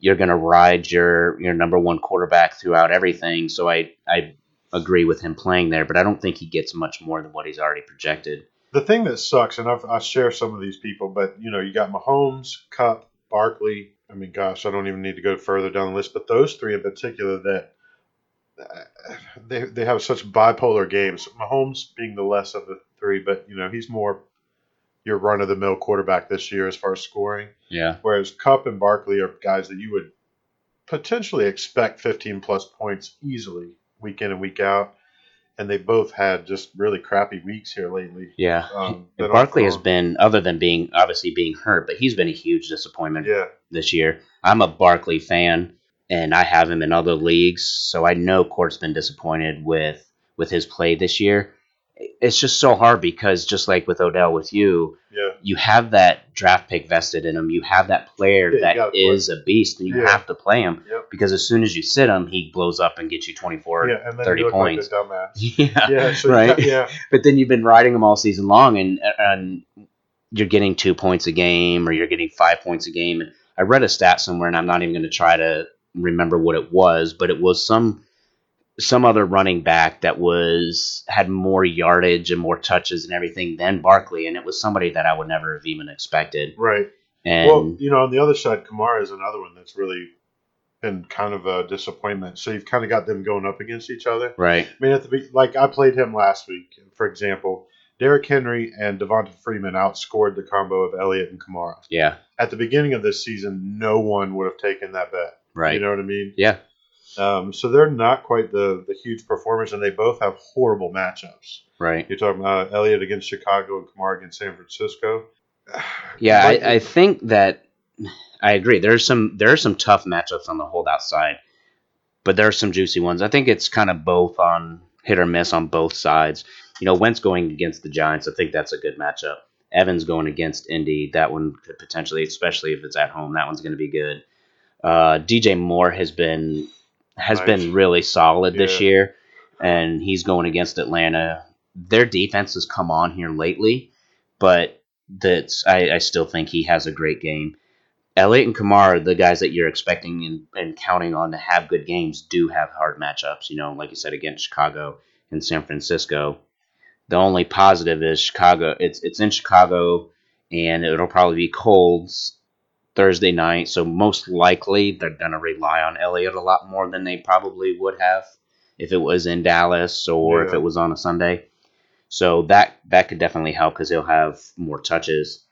[SPEAKER 2] you're going to ride your your number one quarterback throughout everything. So I I agree with him playing there, but I don't think he gets much more than what he's already projected.
[SPEAKER 1] The thing that sucks, and I've, I share some of these people, but you know, you got Mahomes, Cup, Barkley. I mean, gosh, I don't even need to go further down the list, but those three in particular that uh, they they have such bipolar games. Mahomes being the less of the three, but you know, he's more your run of the mill quarterback this year as far as scoring.
[SPEAKER 2] Yeah.
[SPEAKER 1] Whereas Cup and Barkley are guys that you would potentially expect 15 plus points easily week in and week out, and they both had just really crappy weeks here lately.
[SPEAKER 2] Yeah.
[SPEAKER 1] Um,
[SPEAKER 2] And
[SPEAKER 1] that
[SPEAKER 2] Barkley has
[SPEAKER 1] I'll-
[SPEAKER 2] been, other than being obviously being hurt, but he's been a huge disappointment
[SPEAKER 1] Yeah,
[SPEAKER 2] this year. I'm a Barkley fan, and I have him in other leagues, so I know Court's been disappointed with with his play this year. It's just so hard because just like with Odell, with you,
[SPEAKER 1] yeah,
[SPEAKER 2] you have that draft pick vested in him. You have that player
[SPEAKER 1] Yeah, you gotta
[SPEAKER 2] that
[SPEAKER 1] play.
[SPEAKER 2] is a beast, and you
[SPEAKER 1] Yeah.
[SPEAKER 2] have to play him
[SPEAKER 1] Yep.
[SPEAKER 2] because as soon as you sit him, he blows up and gets you 24.
[SPEAKER 1] yeah, and then
[SPEAKER 2] 30
[SPEAKER 1] you look
[SPEAKER 2] points.
[SPEAKER 1] like a dumbass.
[SPEAKER 2] Yeah,
[SPEAKER 1] Yeah, so you
[SPEAKER 2] right.
[SPEAKER 1] got- yeah,
[SPEAKER 2] but then you've been riding them all season long and and you're getting two points a game or you're getting five points a game and i read a stat somewhere and i'm not even going to try to remember what it was but it was some some other running back that was had more yardage and more touches and everything than Barkley, and it was somebody that I would never have even expected.
[SPEAKER 1] right.
[SPEAKER 2] And
[SPEAKER 1] Well, you know, on the other side, Kamara is another one that's really and kind of a disappointment. So you've kind of got them going up against each other.
[SPEAKER 2] Right.
[SPEAKER 1] I mean, at the be- like I played him last week, for example. Derrick Henry and Devonta Freeman outscored the combo of Elliott and Kamara.
[SPEAKER 2] Yeah.
[SPEAKER 1] At the beginning of this season, no one would have taken that bet.
[SPEAKER 2] Right.
[SPEAKER 1] You know what I mean?
[SPEAKER 2] Yeah.
[SPEAKER 1] Um, so they're not quite the, the huge performers, and they both have horrible matchups.
[SPEAKER 2] right.
[SPEAKER 1] You're talking about uh, Elliott against Chicago and Kamara against San Francisco.
[SPEAKER 2] Yeah.
[SPEAKER 1] Like-
[SPEAKER 2] I, I think that I agree. There's some there are some tough matchups on the holdout side, but there are some juicy ones. I think it's kind of both on hit or miss on both sides. You know, Wentz going against the Giants, I think that's a good matchup. Evans going against Indy, that one could potentially, especially if it's at home, that one's going to be good. Uh, DJ Moore has been has
[SPEAKER 1] Nice.
[SPEAKER 2] been really solid this
[SPEAKER 1] Yeah.
[SPEAKER 2] year, and he's going against Atlanta. Their defense has come on here lately, but that's I, I still think he has a great game. Elliott and Kamara, are the guys that you're expecting and, and counting on to have good games, do have hard matchups. You know, like you said, against Chicago and San Francisco. The only positive is Chicago. It's it's in Chicago, and it'll probably be cold s- Thursday night. So most likely they're gonna rely on Elliott a lot more than they probably would have if it was in Dallas or if
[SPEAKER 1] Yeah.
[SPEAKER 2] it was on a Sunday. So that that could definitely help because he'll have more touches.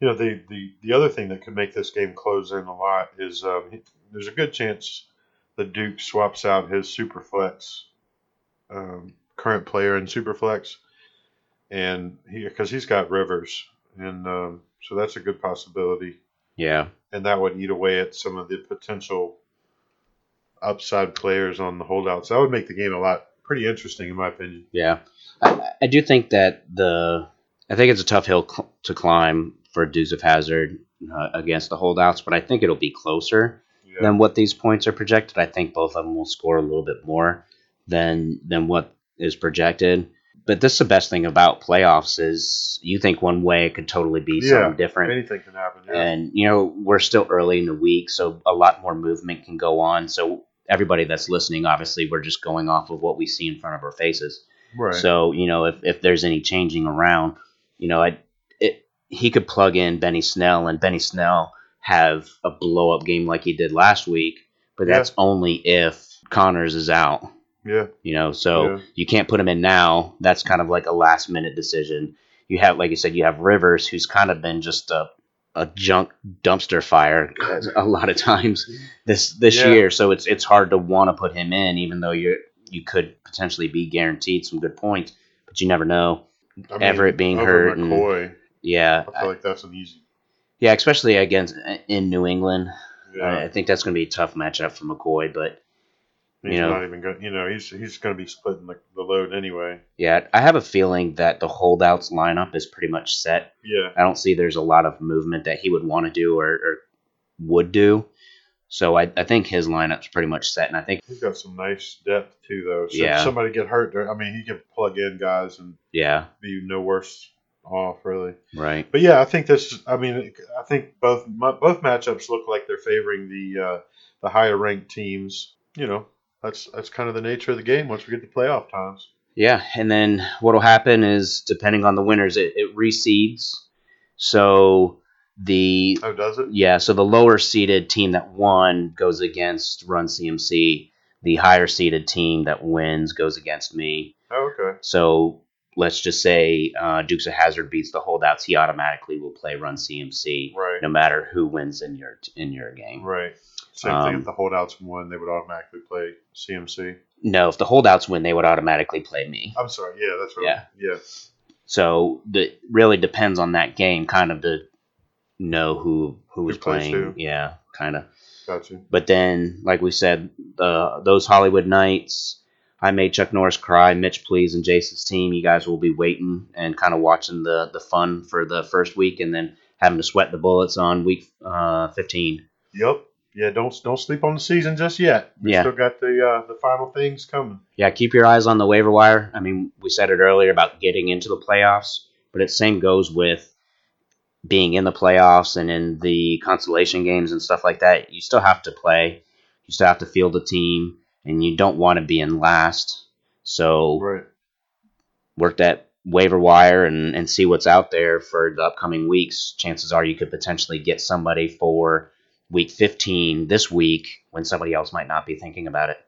[SPEAKER 1] you know the, the the other thing that could make this game close in a lot is um, he- there's a good chance the Duke swaps out his Superflex um, current player in Superflex, and he because he's got Rivers, and um, so that's a good possibility,
[SPEAKER 2] Yeah.
[SPEAKER 1] and that would eat away at some of the potential upside players on the holdouts. That would make the game a lot pretty interesting, in my opinion.
[SPEAKER 2] Yeah, I, I do think that the I think it's a tough hill cl- to climb for Dudes of Hazard uh, against the holdouts, but I think it'll be closer
[SPEAKER 1] Yeah.
[SPEAKER 2] than what these points are projected. I think both of them will score a little bit more than than what is projected. But this is the best thing about playoffs is you think one way it could totally be
[SPEAKER 1] Yeah,
[SPEAKER 2] something different.
[SPEAKER 1] Anything can happen. Yeah.
[SPEAKER 2] And you know, we're still early in the week, so a lot more movement can go on. So everybody that's listening, obviously, we're just going off of what we see in front of our faces.
[SPEAKER 1] right.
[SPEAKER 2] So you know, if if there's any changing around, you know, I it, he could plug in Benny Snell and Benny Snell have a blow up game like he did last week, but
[SPEAKER 1] Yeah.
[SPEAKER 2] that's only if Connors is out.
[SPEAKER 1] yeah.
[SPEAKER 2] You know, so
[SPEAKER 1] Yeah.
[SPEAKER 2] you can't put him in now. That's kind of like a last minute decision. You have, like you said, you have Rivers, who's kind of been just a a junk dumpster fire a lot of times this this
[SPEAKER 1] Yeah.
[SPEAKER 2] year. So it's it's hard to want to put him in, even though you're you could potentially be guaranteed some good points, but you never know.
[SPEAKER 1] I mean,
[SPEAKER 2] Everett being
[SPEAKER 1] over
[SPEAKER 2] hurt and-
[SPEAKER 1] McCoy,
[SPEAKER 2] Yeah,
[SPEAKER 1] I feel like that's an easy.
[SPEAKER 2] yeah, especially against uh, in New England.
[SPEAKER 1] Yeah.
[SPEAKER 2] I, I think that's going to be a tough matchup for McCoy, but
[SPEAKER 1] He's
[SPEAKER 2] You know?
[SPEAKER 1] not even going. You know, he's he's going to be splitting the, the load anyway.
[SPEAKER 2] yeah, I have a feeling that the holdouts lineup is pretty much set
[SPEAKER 1] Yeah,
[SPEAKER 2] I don't see there's a lot of movement that he would want to do or, or would do. So I, I think his lineup's pretty much set, and I think
[SPEAKER 1] he's got some nice depth too, though. So
[SPEAKER 2] Yeah.
[SPEAKER 1] if somebody get hurt, there- I mean, he can plug in guys and
[SPEAKER 2] yeah,
[SPEAKER 1] be no worse off really.
[SPEAKER 2] right,
[SPEAKER 1] But yeah, I think this. is- I mean, I think both mu- both matchups look like they're favoring the uh, the higher ranked teams. You know, that's that's kind of the nature of the game once we get to playoff times.
[SPEAKER 2] yeah. And then what'll happen is depending on the winners, it, it reseeds. So the
[SPEAKER 1] Oh, does it?
[SPEAKER 2] yeah, so the lower seeded team that won goes against Run CMC. The higher seeded team that wins goes against me.
[SPEAKER 1] Oh, okay.
[SPEAKER 2] So let's just say uh, Dukes of Hazard beats the holdouts. He automatically will play Run CMC.
[SPEAKER 1] Right.
[SPEAKER 2] no matter who wins in your in your game.
[SPEAKER 1] Right. Same thing.
[SPEAKER 2] Um,
[SPEAKER 1] If the holdouts won, they would automatically play CMC.
[SPEAKER 2] No, if the holdouts win, they would automatically play me.
[SPEAKER 1] I'm sorry. Yeah, that's right.
[SPEAKER 2] Yeah.
[SPEAKER 1] Yeah.
[SPEAKER 2] So the really depends on that game, kind of to know who who
[SPEAKER 1] Who
[SPEAKER 2] is
[SPEAKER 1] plays
[SPEAKER 2] playing.
[SPEAKER 1] who.
[SPEAKER 2] Yeah, kind of.
[SPEAKER 1] Gotcha.
[SPEAKER 2] But then, like we said, uh, those Hollywood nights, I made Chuck Norris cry. Mitch, please, and Jason's team. You guys will be waiting and kind of watching the the fun for the first week, and then having to sweat the bullets on week uh, fifteen.
[SPEAKER 1] Yep. Yeah, don't don't sleep on the season just yet. We
[SPEAKER 2] Yeah.
[SPEAKER 1] still got the uh, the final things coming.
[SPEAKER 2] yeah, keep your eyes on the waiver wire. I mean, we said it earlier about getting into the playoffs, but it same goes with being in the playoffs and in the consolation games and stuff like that. You still have to play. You still have to field a team, and you don't want to be in last. So
[SPEAKER 1] Right.
[SPEAKER 2] work that waiver wire and, and see what's out there for the upcoming weeks. Chances are you could potentially get somebody for week 15 this week when somebody else might not be thinking about it.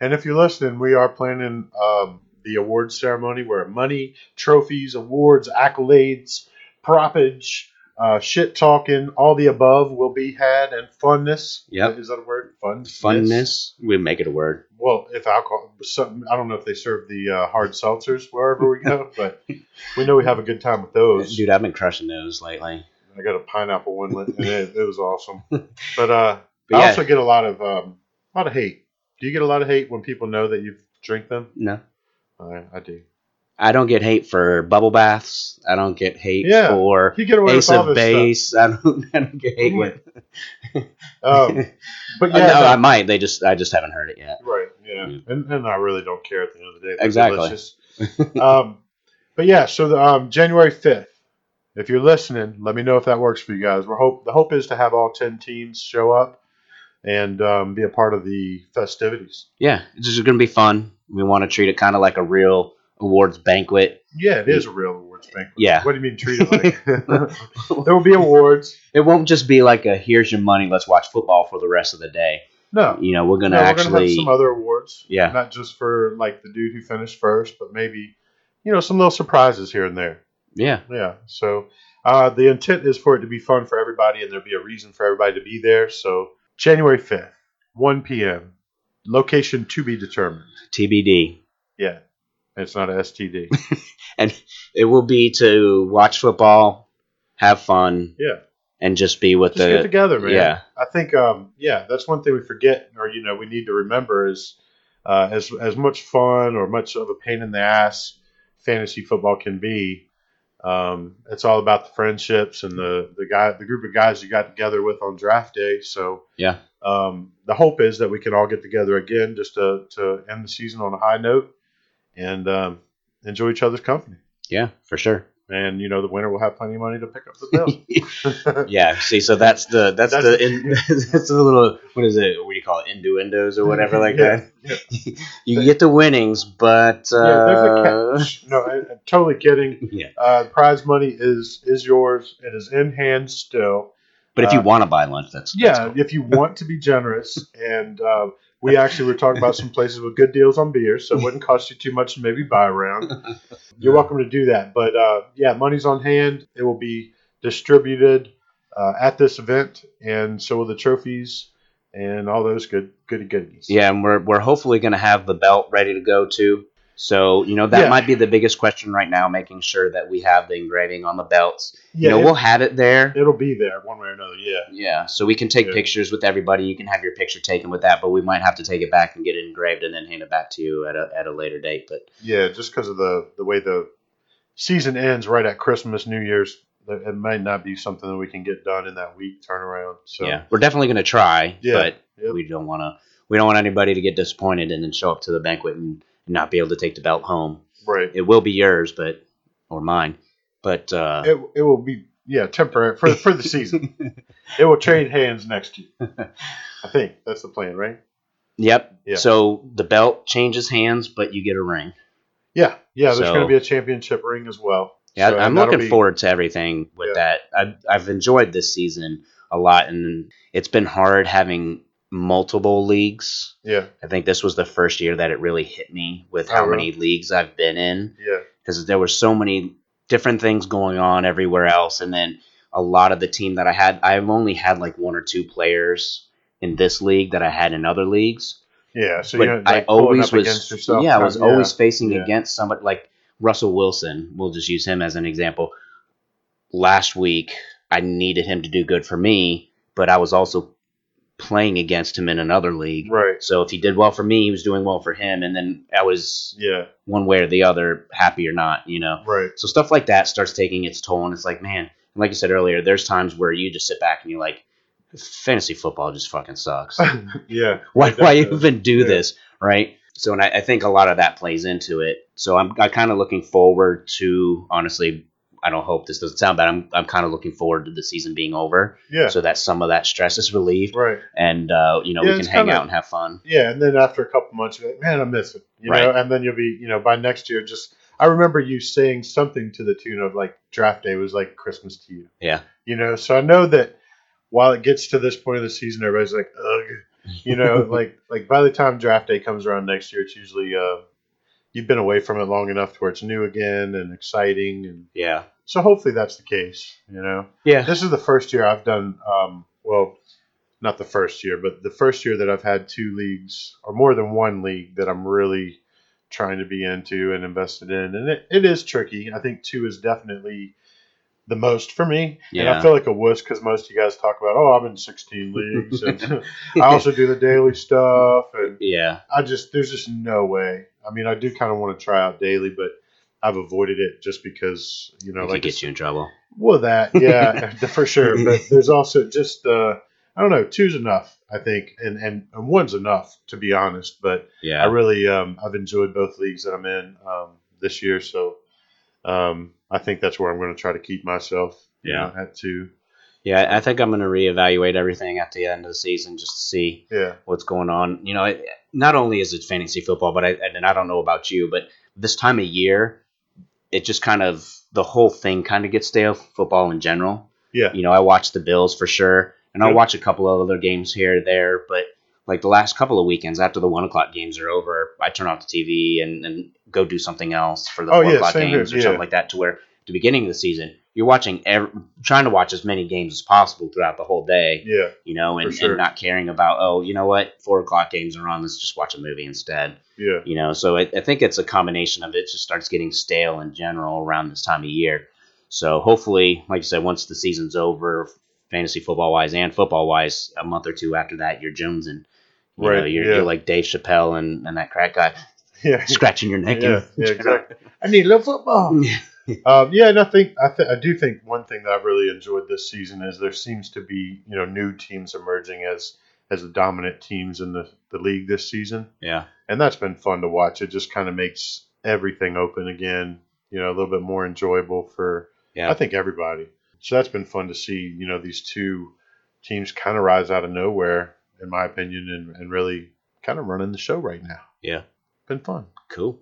[SPEAKER 1] And if you're listening, we are planning um, the awards ceremony where money, trophies, awards, accolades, propage, uh, shit talking, all the above will be had, and funness.
[SPEAKER 2] Yep.
[SPEAKER 1] Is that a word? Fun.
[SPEAKER 2] Funness, we make it a word.
[SPEAKER 1] Well, if alcohol, some, I don't know if they serve the uh, hard seltzers wherever we go, but we know we have a good time with those.
[SPEAKER 2] Dude, I've been crushing those lately.
[SPEAKER 1] I got a pineapple one, and it, it was awesome. But uh,
[SPEAKER 2] But
[SPEAKER 1] I
[SPEAKER 2] yeah,
[SPEAKER 1] also get a lot of um, a lot of hate. Do you get a lot of hate when people know that you drink them?
[SPEAKER 2] no.
[SPEAKER 1] I, I do.
[SPEAKER 2] I don't get hate for bubble baths. I don't get hate
[SPEAKER 1] Yeah.
[SPEAKER 2] for
[SPEAKER 1] You get away
[SPEAKER 2] Ace
[SPEAKER 1] with all
[SPEAKER 2] of
[SPEAKER 1] this
[SPEAKER 2] Base. I don't, I don't get hate with.
[SPEAKER 1] stuff. Um, but
[SPEAKER 2] Oh,
[SPEAKER 1] yeah,
[SPEAKER 2] no,
[SPEAKER 1] no,
[SPEAKER 2] I might. They just I just haven't heard it yet.
[SPEAKER 1] Right. Yeah.
[SPEAKER 2] Yeah.
[SPEAKER 1] And, and I really don't care at the end of the day. They're
[SPEAKER 2] Exactly.
[SPEAKER 1] delicious. um, but yeah, so the, um, January fifth. If you're listening, let me know if that works for you guys. We're hope the hope is to have all ten teams show up and um, be a part of the festivities.
[SPEAKER 2] Yeah, it's just going to be fun. We want to treat it kind of like a real awards banquet.
[SPEAKER 1] Yeah, it is a real awards banquet.
[SPEAKER 2] Yeah,
[SPEAKER 1] What do you mean treat it like? there will be awards.
[SPEAKER 2] it won't just be like a here's your money. Let's watch football for the rest of the day.
[SPEAKER 1] No,
[SPEAKER 2] You know, we're going to
[SPEAKER 1] no, we're gonna have
[SPEAKER 2] actually.
[SPEAKER 1] some other awards.
[SPEAKER 2] Yeah.
[SPEAKER 1] Not just for like the dude who finished first, but maybe you know some little surprises here and there.
[SPEAKER 2] yeah,
[SPEAKER 1] Yeah. So uh, the intent is for it to be fun for everybody, and there'll be a reason for everybody to be there. So January fifth, one p.m. Location to be determined.
[SPEAKER 2] TBD.
[SPEAKER 1] Yeah, it's not a STD.
[SPEAKER 2] It will be to watch football, have fun.
[SPEAKER 1] Yeah.
[SPEAKER 2] and just be with
[SPEAKER 1] Just get
[SPEAKER 2] the.
[SPEAKER 1] together, man.
[SPEAKER 2] yeah,
[SPEAKER 1] I think, um, yeah, that's one thing we forget, or you know, we need to remember is uh, as as much fun or much of a pain in the ass fantasy football can be. Um, it's all about the friendships and the the guy, the group of guys you got together with on draft day. So
[SPEAKER 2] Yeah.
[SPEAKER 1] um, the hope is that we can all get together again just to to end the season on a high note and um, enjoy each other's company.
[SPEAKER 2] yeah, for sure.
[SPEAKER 1] And you know, the winner will have plenty of money to pick up the bill.
[SPEAKER 2] Yeah, see, so that's the that's,
[SPEAKER 1] That's
[SPEAKER 2] the
[SPEAKER 1] the-
[SPEAKER 2] in, that's the little what is it? What do you call it? Innuendos or whatever like
[SPEAKER 1] Yeah,
[SPEAKER 2] that. you get the winnings, but uh,
[SPEAKER 1] Yeah, there's a catch. No, I, I'm totally kidding.
[SPEAKER 2] yeah.
[SPEAKER 1] Uh, prize money is is yours. It is in hand still.
[SPEAKER 2] But if you
[SPEAKER 1] Uh,
[SPEAKER 2] want to buy lunch, that's that's
[SPEAKER 1] Yeah, if you want to be generous, and uh, we actually were talking about some places with good deals on beer, so it wouldn't cost you too much to maybe buy around. You're welcome to do that. But uh, yeah, money's on hand. It will be distributed uh, at this event, and so will the trophies and all those good goody goodies.
[SPEAKER 2] Yeah, and we're we're hopefully going to have the belt ready to go too. So you know that
[SPEAKER 1] Yeah.
[SPEAKER 2] might be the biggest question right now, making sure that we have the engraving on the belts.
[SPEAKER 1] yeah,
[SPEAKER 2] you know,
[SPEAKER 1] it,
[SPEAKER 2] we'll have it there.
[SPEAKER 1] it'll be there one way or another. Yeah.
[SPEAKER 2] Yeah, so we can take
[SPEAKER 1] Yeah.
[SPEAKER 2] pictures with everybody. You can have your picture taken with that, but we might have to take it back and get it engraved and then hand it back to you at a at a later date. But
[SPEAKER 1] Yeah, just because of the the way the season ends right at Christmas, New Year's, that it might not be something that we can get done in that week turnaround. So
[SPEAKER 2] yeah, we're definitely going to try,
[SPEAKER 1] Yeah.
[SPEAKER 2] but
[SPEAKER 1] Yep.
[SPEAKER 2] we don't want to. We don't want anybody to get disappointed and then show up to the banquet and not be able to take the belt home.
[SPEAKER 1] right.
[SPEAKER 2] It will be yours, but or mine, but uh,
[SPEAKER 1] It, it will be yeah temporary for for the season. it will trade hands next year. I think that's the plan, right?
[SPEAKER 2] yep.
[SPEAKER 1] Yeah.
[SPEAKER 2] So the belt changes hands, but you get a ring.
[SPEAKER 1] Yeah, yeah. There's
[SPEAKER 2] So-
[SPEAKER 1] going to be a championship ring as well.
[SPEAKER 2] Yeah,
[SPEAKER 1] So,
[SPEAKER 2] I'm
[SPEAKER 1] and that'll
[SPEAKER 2] looking
[SPEAKER 1] be-
[SPEAKER 2] forward to everything with that. I've, I've enjoyed this season a lot, and it's been hard having multiple leagues.
[SPEAKER 1] Yeah,
[SPEAKER 2] I think this was the first year that it really hit me with
[SPEAKER 1] Oh,
[SPEAKER 2] how
[SPEAKER 1] really?
[SPEAKER 2] many leagues I've been in.
[SPEAKER 1] yeah,
[SPEAKER 2] because there were so many different things going on everywhere else and then a lot of the team that i had i've only had like one or two players in this league that i had in other leagues
[SPEAKER 1] yeah. So
[SPEAKER 2] but
[SPEAKER 1] you're
[SPEAKER 2] i
[SPEAKER 1] like, pulling
[SPEAKER 2] always
[SPEAKER 1] up against
[SPEAKER 2] was
[SPEAKER 1] yourself.
[SPEAKER 2] yeah i was
[SPEAKER 1] Uh,
[SPEAKER 2] always facing
[SPEAKER 1] yeah.
[SPEAKER 2] against somebody like russell wilson we'll just use him as an example last week i needed him to do good for me but i was also playing against him in another league
[SPEAKER 1] right.
[SPEAKER 2] so if he did well for me he was doing well for him and then i was
[SPEAKER 1] Yeah,
[SPEAKER 2] one way or the other happy or not you know
[SPEAKER 1] right.
[SPEAKER 2] so stuff like that starts taking its toll, and it's like, man, like you said earlier, there's times where you just sit back and you're like, fantasy football just fucking sucks.
[SPEAKER 1] yeah.
[SPEAKER 2] why,
[SPEAKER 1] It
[SPEAKER 2] why
[SPEAKER 1] does.
[SPEAKER 2] even do
[SPEAKER 1] Yeah.
[SPEAKER 2] this, right? So, and I, I think a lot of that plays into it. So I'm, I'm kind of looking forward to, honestly, I don't hope this doesn't sound bad. I'm, I'm kind of looking forward to the season being over,
[SPEAKER 1] Yeah.
[SPEAKER 2] so that some of that stress is relieved,
[SPEAKER 1] right.
[SPEAKER 2] and uh, you know
[SPEAKER 1] Yeah,
[SPEAKER 2] we can
[SPEAKER 1] it's
[SPEAKER 2] hang
[SPEAKER 1] kinda-
[SPEAKER 2] out and have fun.
[SPEAKER 1] Yeah, and then after a couple months, you're like, man, I miss it. You know,
[SPEAKER 2] Right.
[SPEAKER 1] and then you'll be, you know, by next year, just I remember you saying something to the tune of like draft day was like Christmas to you.
[SPEAKER 2] Yeah.
[SPEAKER 1] You know, so I know that while it gets to this point of the season, everybody's like, ugh, you know, like like by the time draft day comes around next year, it's usually uh, you've been away from it long enough to where it's new again and exciting, and
[SPEAKER 2] Yeah.
[SPEAKER 1] so hopefully that's the case. You know,
[SPEAKER 2] Yeah.
[SPEAKER 1] this is the first year I've done um, well, not the first year, but the first year that I've had two leagues or more than one league that I'm really trying to be into and invested in, and it, it is tricky. I think two is definitely the most for me, and I
[SPEAKER 2] Yeah.
[SPEAKER 1] feel like a wuss because most of you guys talk about, oh, I'm in 16 leagues, and I also do the daily stuff, and
[SPEAKER 2] yeah.
[SPEAKER 1] I just there's just no way. I mean, I do kind of want to try out daily, but I've avoided it just because you know,
[SPEAKER 2] It could
[SPEAKER 1] like
[SPEAKER 2] get you in trouble.
[SPEAKER 1] well, that yeah, for sure. But there's also just uh, I don't know. Two's enough, I think, and, and and one's enough to be honest. But I
[SPEAKER 2] Yeah.
[SPEAKER 1] really um, I've enjoyed both leagues that I'm in um, this year, so um, I think that's where I'm going to try to keep myself. you
[SPEAKER 2] Yeah.
[SPEAKER 1] know, at two.
[SPEAKER 2] Yeah. I think I'm going to reevaluate everything at the end of the season just to see
[SPEAKER 1] Yeah,
[SPEAKER 2] what's going on. You know, it, not only is it fantasy football, but I and I don't know about you, but this time of year, it just kind of the whole thing kind of gets stale. Football in general,
[SPEAKER 1] yeah,
[SPEAKER 2] you know, I watch the Bills for sure, and I'll
[SPEAKER 1] Yep.
[SPEAKER 2] watch a couple of other games here or there. But like the last couple of weekends after the one o'clock games are over, I turn off the TV and, and go do something else for the
[SPEAKER 1] Oh,
[SPEAKER 2] four
[SPEAKER 1] yeah,
[SPEAKER 2] o'clock
[SPEAKER 1] same here,
[SPEAKER 2] games or
[SPEAKER 1] yeah.
[SPEAKER 2] something like that. To where at the beginning of the season, you're watching, ev- trying to watch as many games as possible throughout the whole day
[SPEAKER 1] yeah.
[SPEAKER 2] you know, and,
[SPEAKER 1] For sure.
[SPEAKER 2] and not caring about, oh, you know what, four o'clock games are on, let's just watch a movie instead,
[SPEAKER 1] Yeah,
[SPEAKER 2] you know. So I, I think it's a combination of it just starts getting stale in general around this time of year. So hopefully, like I said, once the season's over, fantasy football wise and football wise, a month or two after that, you're jonesing. You know,
[SPEAKER 1] Right,
[SPEAKER 2] you're,
[SPEAKER 1] yeah.
[SPEAKER 2] you're like Dave Chappelle and, and that crack guy
[SPEAKER 1] yeah,
[SPEAKER 2] scratching your neck. and-
[SPEAKER 1] yeah, yeah, exactly. I need a little football.
[SPEAKER 2] Yeah.
[SPEAKER 1] Um, yeah, and I think I, th- I do think one thing that I've really enjoyed this season is there seems to be you know new teams emerging as as the dominant teams in the, the league this season,
[SPEAKER 2] yeah.
[SPEAKER 1] and that's been fun to watch. It just kind of makes everything open again, you know, a little bit more enjoyable for
[SPEAKER 2] Yeah.
[SPEAKER 1] I think everybody. So that's been fun to see. You know, these two teams kind of rise out of nowhere, in my opinion, and, and really kind of running the show right now.
[SPEAKER 2] Yeah.
[SPEAKER 1] been fun.
[SPEAKER 2] Cool.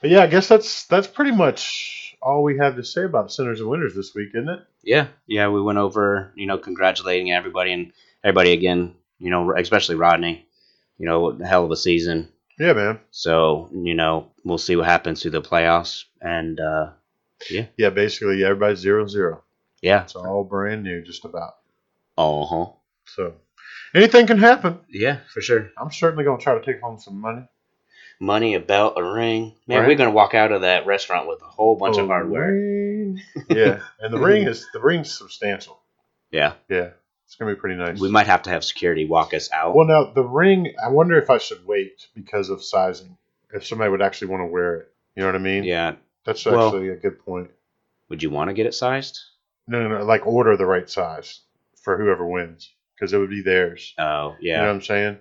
[SPEAKER 1] But yeah, I guess that's that's pretty much all we have to say about sinners and winners this week, isn't it?
[SPEAKER 2] Yeah, yeah, we went over, you know, congratulating everybody and everybody again, you know, especially Rodney, you know, what the hell of a season.
[SPEAKER 1] Yeah, man.
[SPEAKER 2] So, you know, we'll see what happens through the playoffs. And uh,
[SPEAKER 1] Yeah, basically everybody's zero zero.
[SPEAKER 2] yeah,
[SPEAKER 1] It's all brand new, just about.
[SPEAKER 2] uh huh.
[SPEAKER 1] So anything can happen.
[SPEAKER 2] Yeah, for sure.
[SPEAKER 1] I'm certainly gonna try to take home some money.
[SPEAKER 2] Money, a belt, a ring. Man,
[SPEAKER 1] Right.
[SPEAKER 2] we're going to walk out of that restaurant with a whole bunch of
[SPEAKER 1] Oh,
[SPEAKER 2] hardware.
[SPEAKER 1] ring. yeah, and the ring is the ring's substantial.
[SPEAKER 2] Yeah,
[SPEAKER 1] Yeah, it's gonna be pretty nice.
[SPEAKER 2] we might have to have security walk us out.
[SPEAKER 1] Well, now the ring. I wonder if I should wait because of sizing. If somebody would actually want to wear it, you know what I mean?
[SPEAKER 2] yeah.
[SPEAKER 1] that's
[SPEAKER 2] Well-
[SPEAKER 1] actually a good point.
[SPEAKER 2] Would you want to get it sized?
[SPEAKER 1] No, no, no, like order the right size for whoever wins because it would be theirs.
[SPEAKER 2] Oh,
[SPEAKER 1] You know
[SPEAKER 2] yeah.
[SPEAKER 1] what I'm saying?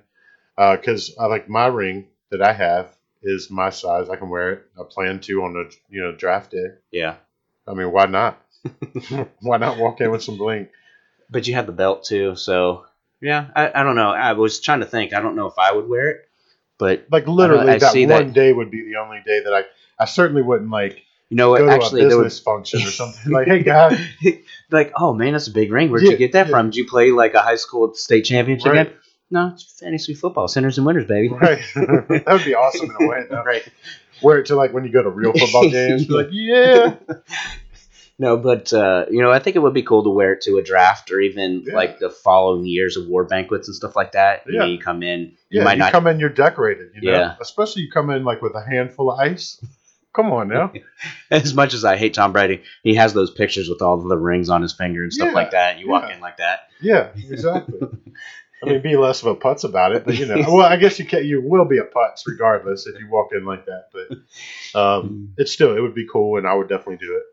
[SPEAKER 1] Because I like my ring that I have is my size. I can wear it. I plan to on the you know draft day.
[SPEAKER 2] Yeah.
[SPEAKER 1] I mean, why not? why not walk in with some bling?
[SPEAKER 2] But you have the belt too, so yeah, I, I don't know. I was trying to think. I don't know if I would wear it, but
[SPEAKER 1] Like literally,
[SPEAKER 2] I
[SPEAKER 1] that
[SPEAKER 2] see
[SPEAKER 1] one
[SPEAKER 2] that-
[SPEAKER 1] day would be the only day that I. I certainly wouldn't like
[SPEAKER 2] you know,
[SPEAKER 1] go
[SPEAKER 2] what
[SPEAKER 1] to
[SPEAKER 2] actually,
[SPEAKER 1] a
[SPEAKER 2] there was
[SPEAKER 1] business function or something. Like, hey guys,
[SPEAKER 2] like, oh man, that's a big ring. Where'd
[SPEAKER 1] Yeah,
[SPEAKER 2] you get that
[SPEAKER 1] yeah.
[SPEAKER 2] from? Did you play like a high school state championship
[SPEAKER 1] Right.
[SPEAKER 2] game? No, it's fantasy football, centers and winners, baby.
[SPEAKER 1] right? that would be awesome in a way. Though.
[SPEAKER 2] Right.
[SPEAKER 1] Wear it to like when you go to real football games. You're like, yeah,
[SPEAKER 2] No, but uh, you know, I think it would be cool to wear it to a draft or even
[SPEAKER 1] Yeah.
[SPEAKER 2] like the following year's award banquets and stuff like that. You know,
[SPEAKER 1] Yeah.
[SPEAKER 2] you come in, you
[SPEAKER 1] yeah.
[SPEAKER 2] might
[SPEAKER 1] You
[SPEAKER 2] not
[SPEAKER 1] come in, you're decorated. You know,
[SPEAKER 2] Yeah.
[SPEAKER 1] especially you come in like with a handful of ice. Come on now.
[SPEAKER 2] as much as I hate Tom Brady, he has those pictures with all the rings on his finger and stuff
[SPEAKER 1] Yeah,
[SPEAKER 2] like that. You walk
[SPEAKER 1] yeah.
[SPEAKER 2] in like that.
[SPEAKER 1] Yeah, exactly. I mean, be less of a putz about it, but you know, well, I guess you can. You will be a putz regardless if you walk in like that. But um, it's still, it would be cool, and I would definitely do it.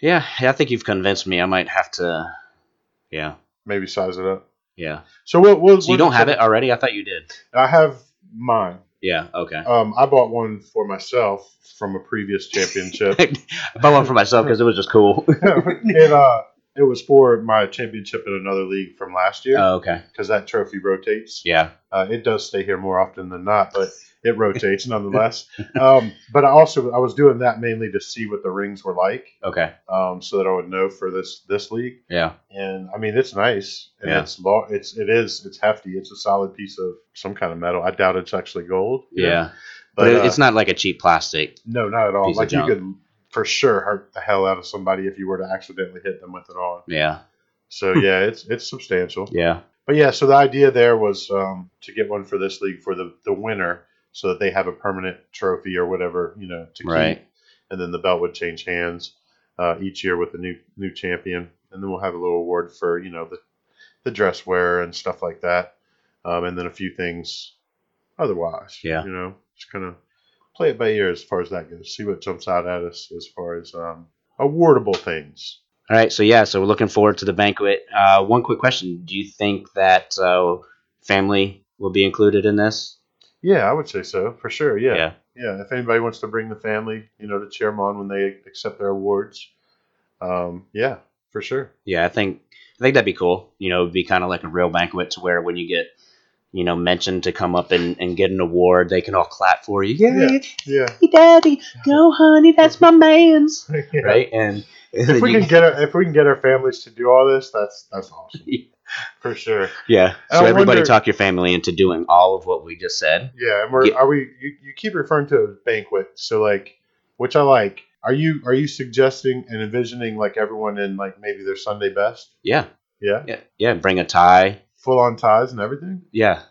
[SPEAKER 2] Yeah, I think you've convinced me. I might have to. Yeah,
[SPEAKER 1] Maybe size it up.
[SPEAKER 2] yeah.
[SPEAKER 1] So we'll. we'll
[SPEAKER 2] So you don't have it already? I thought you did.
[SPEAKER 1] I have mine.
[SPEAKER 2] Yeah. Okay.
[SPEAKER 1] Um, I bought one for myself from a previous championship.
[SPEAKER 2] I bought one for myself because it was just cool.
[SPEAKER 1] it uh, it was for my championship in another league from last year
[SPEAKER 2] Oh, okay.
[SPEAKER 1] because that trophy rotates.
[SPEAKER 2] Yeah.
[SPEAKER 1] Uh, it does stay here more often than not, but it rotates nonetheless. um, but I also I was doing that mainly to see what the rings were like,
[SPEAKER 2] Okay.
[SPEAKER 1] um, so that I would know for this this league.
[SPEAKER 2] Yeah.
[SPEAKER 1] And I mean, it's nice and
[SPEAKER 2] Yeah.
[SPEAKER 1] it's long. It's it is it's hefty. It's a solid piece of some kind of metal. I doubt it's actually gold. you
[SPEAKER 2] Yeah.
[SPEAKER 1] know,
[SPEAKER 2] But, it,
[SPEAKER 1] uh,
[SPEAKER 2] it's not like a cheap plastic.
[SPEAKER 1] no, not at all.
[SPEAKER 2] piece of
[SPEAKER 1] Like you
[SPEAKER 2] junk.
[SPEAKER 1] could for sure hurt the hell out of somebody if you were to accidentally hit them with it on.
[SPEAKER 2] Yeah.
[SPEAKER 1] So yeah, it's it's substantial.
[SPEAKER 2] Yeah.
[SPEAKER 1] But yeah, so the idea there was um, to get one for this league for the, the winner so that they have a permanent trophy or whatever, you know, to keep.
[SPEAKER 2] Right.
[SPEAKER 1] And then the belt would change hands uh, each year with a new new champion. And then we'll have a little award for, you know, the, the dress wear and stuff like that. Um, and then a few things otherwise.
[SPEAKER 2] Yeah.
[SPEAKER 1] You know, just kind of play it by ear as far as that goes. See what jumps out at us as far as um, awardable things.
[SPEAKER 2] All right. So yeah. So we're looking forward to the banquet. Uh, one quick question: Do you think that uh, family will be included in this?
[SPEAKER 1] Yeah, I would say so for sure. Yeah. yeah, if anybody wants to bring the family, you know, to cheer them on when they accept their awards, um, yeah, for sure.
[SPEAKER 2] Yeah, I think I think that'd be cool. You know, it'd be kind of like a real banquet to where when you get you know mentioned to come up and, and get an award, they can all clap for you. Yeah,
[SPEAKER 1] Yeah,
[SPEAKER 2] daddy, go, honey, that's my man's. Right, and
[SPEAKER 1] If we
[SPEAKER 2] you-
[SPEAKER 1] can get our, if we can get our families to do all this, that's that's awesome for sure.
[SPEAKER 2] yeah. So
[SPEAKER 1] I wonder-
[SPEAKER 2] everybody talk your family into doing all of what we just said.
[SPEAKER 1] Yeah, and we're
[SPEAKER 2] Yeah.
[SPEAKER 1] are we? You, you keep referring to a banquet, so like, which I like. Are you are you suggesting and envisioning like everyone in like maybe their Sunday best?
[SPEAKER 2] Yeah,
[SPEAKER 1] Yeah,
[SPEAKER 2] yeah, yeah. Bring a tie.
[SPEAKER 1] full on ties and everything.
[SPEAKER 2] Yeah,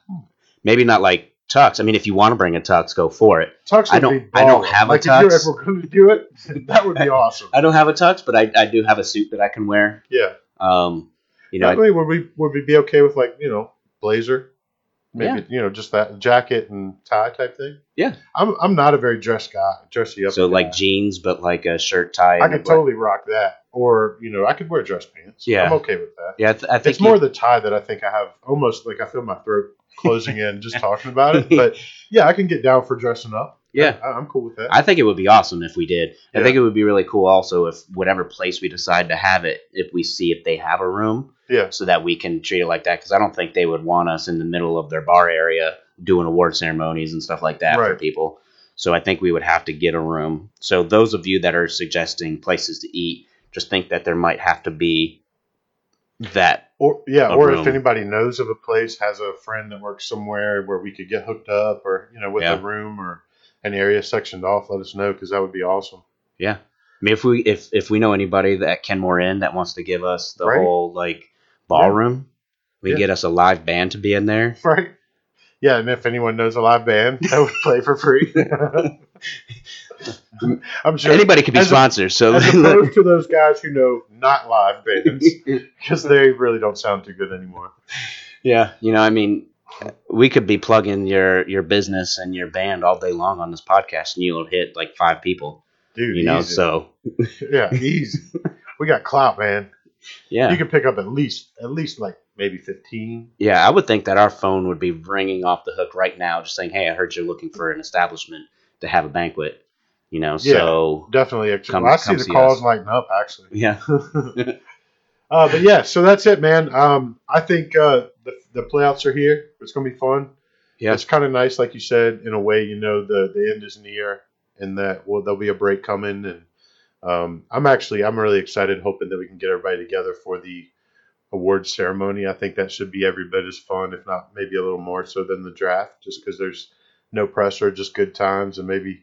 [SPEAKER 2] maybe not like tux. I mean, if you want to bring a tux, go for it.
[SPEAKER 1] Tux
[SPEAKER 2] I
[SPEAKER 1] would
[SPEAKER 2] don't-
[SPEAKER 1] be
[SPEAKER 2] I don't
[SPEAKER 1] baller.
[SPEAKER 2] have a
[SPEAKER 1] like, If, you're,
[SPEAKER 2] tux.
[SPEAKER 1] if we're going to do it, that would be awesome.
[SPEAKER 2] I don't have a tux, but I, I do have a suit that I can wear.
[SPEAKER 1] Yeah.
[SPEAKER 2] Um, you know,
[SPEAKER 1] I mean, would we would we be okay with like you know blazer, maybe you know just that jacket and tie type thing?
[SPEAKER 2] Yeah.
[SPEAKER 1] I'm I'm not a very dress guy, dressy up.
[SPEAKER 2] so
[SPEAKER 1] guy.
[SPEAKER 2] like jeans, but like a shirt tie.
[SPEAKER 1] I
[SPEAKER 2] and a
[SPEAKER 1] could
[SPEAKER 2] button-
[SPEAKER 1] totally rock that, or you know I could wear dress pants.
[SPEAKER 2] Yeah.
[SPEAKER 1] I'm okay with that.
[SPEAKER 2] Yeah, I, th- I think
[SPEAKER 1] It's more
[SPEAKER 2] you-
[SPEAKER 1] the tie that I think I have almost like I feel my throat closing in just talking about it. But yeah, I can get down for dressing up.
[SPEAKER 2] yeah.
[SPEAKER 1] I, I'm cool with that.
[SPEAKER 2] I think it would be awesome if we did. I
[SPEAKER 1] Yeah.
[SPEAKER 2] think it would be really cool also if whatever place we decide to have it, if we see if they have a room,
[SPEAKER 1] yeah,
[SPEAKER 2] so that we can treat it like that. Because I don't think they would want us in the middle of their bar area doing award ceremonies and stuff like that for
[SPEAKER 1] Right.
[SPEAKER 2] people. So I think we would have to get a room. So those of you that are suggesting places to eat, just think that there might have to be that.
[SPEAKER 1] or yeah,
[SPEAKER 2] A
[SPEAKER 1] or if
[SPEAKER 2] room.
[SPEAKER 1] anybody knows of a place, has a friend that works somewhere where we could get hooked up, or you know, with
[SPEAKER 2] Yeah.
[SPEAKER 1] a room or an area sectioned off, let us know because that would be awesome.
[SPEAKER 2] I mean, if we if if we know anybody that Kenmore Inn that wants to give us the
[SPEAKER 1] Right.
[SPEAKER 2] whole like ballroom, we
[SPEAKER 1] Yeah.
[SPEAKER 2] get us a live band to be in there.
[SPEAKER 1] Right. Yeah, and if anyone knows a live band, that would play for free. I'm sure.
[SPEAKER 2] Anybody could be
[SPEAKER 1] As a-
[SPEAKER 2] sponsored. So
[SPEAKER 1] As opposed to those guys who know not live bands, because they really don't sound too good anymore.
[SPEAKER 2] yeah, you know, I mean, we could be plugging your your business and your band all day long on this podcast, and you'll hit like five people.
[SPEAKER 1] Dude,
[SPEAKER 2] You know,
[SPEAKER 1] easy.
[SPEAKER 2] so
[SPEAKER 1] yeah, easy. We got clout, man. You
[SPEAKER 2] yeah,
[SPEAKER 1] can pick up at least at least like maybe fifteen.
[SPEAKER 2] yeah. I would think that our phone would be ringing off the hook right now, just saying, "Hey, I heard you're looking for an establishment to have a banquet." You know, so
[SPEAKER 1] Definitely. Extra.
[SPEAKER 2] Come-
[SPEAKER 1] well, I see
[SPEAKER 2] come
[SPEAKER 1] the
[SPEAKER 2] see
[SPEAKER 1] calls
[SPEAKER 2] us.
[SPEAKER 1] lighting up actually.
[SPEAKER 2] yeah,
[SPEAKER 1] Uh, but yeah, so that's it, man. Um, I think uh, the the playoffs are here. It's gonna be fun.
[SPEAKER 2] Yeah.
[SPEAKER 1] it's kind of nice, like you said, in a way. You know, the the end is near, and that well, there'll be a break coming. And um, I'm actually I'm really excited, hoping that we can get everybody together for the award ceremony. I think that should be every bit as fun, if not maybe a little more so than the draft, just because there's no pressure, just good times, and maybe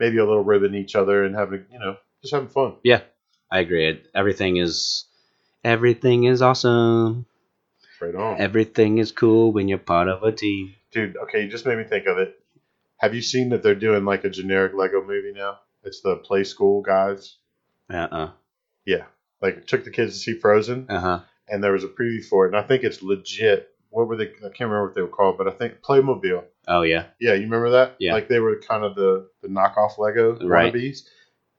[SPEAKER 1] maybe a little ribbon each other and having you know just having fun.
[SPEAKER 2] I agree. It- Everything is everything is awesome.
[SPEAKER 1] Right on.
[SPEAKER 2] Everything is cool when you're part of a team.
[SPEAKER 1] Dude, okay, you just made me think of it. Have you seen that they're doing like a generic Lego movie now? It's the play school guys.
[SPEAKER 2] Uh uh
[SPEAKER 1] Like took the kids to see Frozen
[SPEAKER 2] uh huh.
[SPEAKER 1] and there was a preview for it and I think it's legit. What were they I can't remember what they were called, but I think Playmobil.
[SPEAKER 2] Oh yeah.
[SPEAKER 1] Yeah, you remember that?
[SPEAKER 2] Yeah.
[SPEAKER 1] Like they were kind of the the knockoff Lego
[SPEAKER 2] Right.
[SPEAKER 1] wannabes.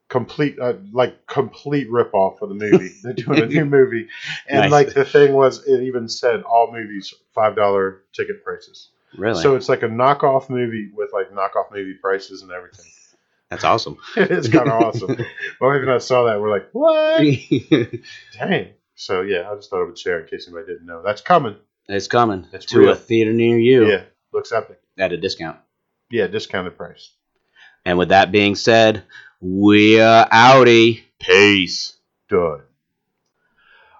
[SPEAKER 1] Complete, uh, like complete ripoff of the movie. They're doing a new movie, and
[SPEAKER 2] Nice.
[SPEAKER 1] like the thing was, it even said all movies five dollar ticket prices.
[SPEAKER 2] Really?
[SPEAKER 1] So it's like a knockoff movie with like knockoff movie prices and everything.
[SPEAKER 2] That's awesome.
[SPEAKER 1] it's kind of awesome. My wife and I saw that. We're like, what?
[SPEAKER 2] it's
[SPEAKER 1] Dang. So yeah, I just thought I would share in case anybody didn't know. That's coming.
[SPEAKER 2] coming
[SPEAKER 1] That's
[SPEAKER 2] to
[SPEAKER 1] real.
[SPEAKER 2] a theater near you
[SPEAKER 1] Yeah, looks epic.
[SPEAKER 2] at a discount.
[SPEAKER 1] yeah, discounted price.
[SPEAKER 2] And with that being said, we're outie. Peace.
[SPEAKER 1] Good.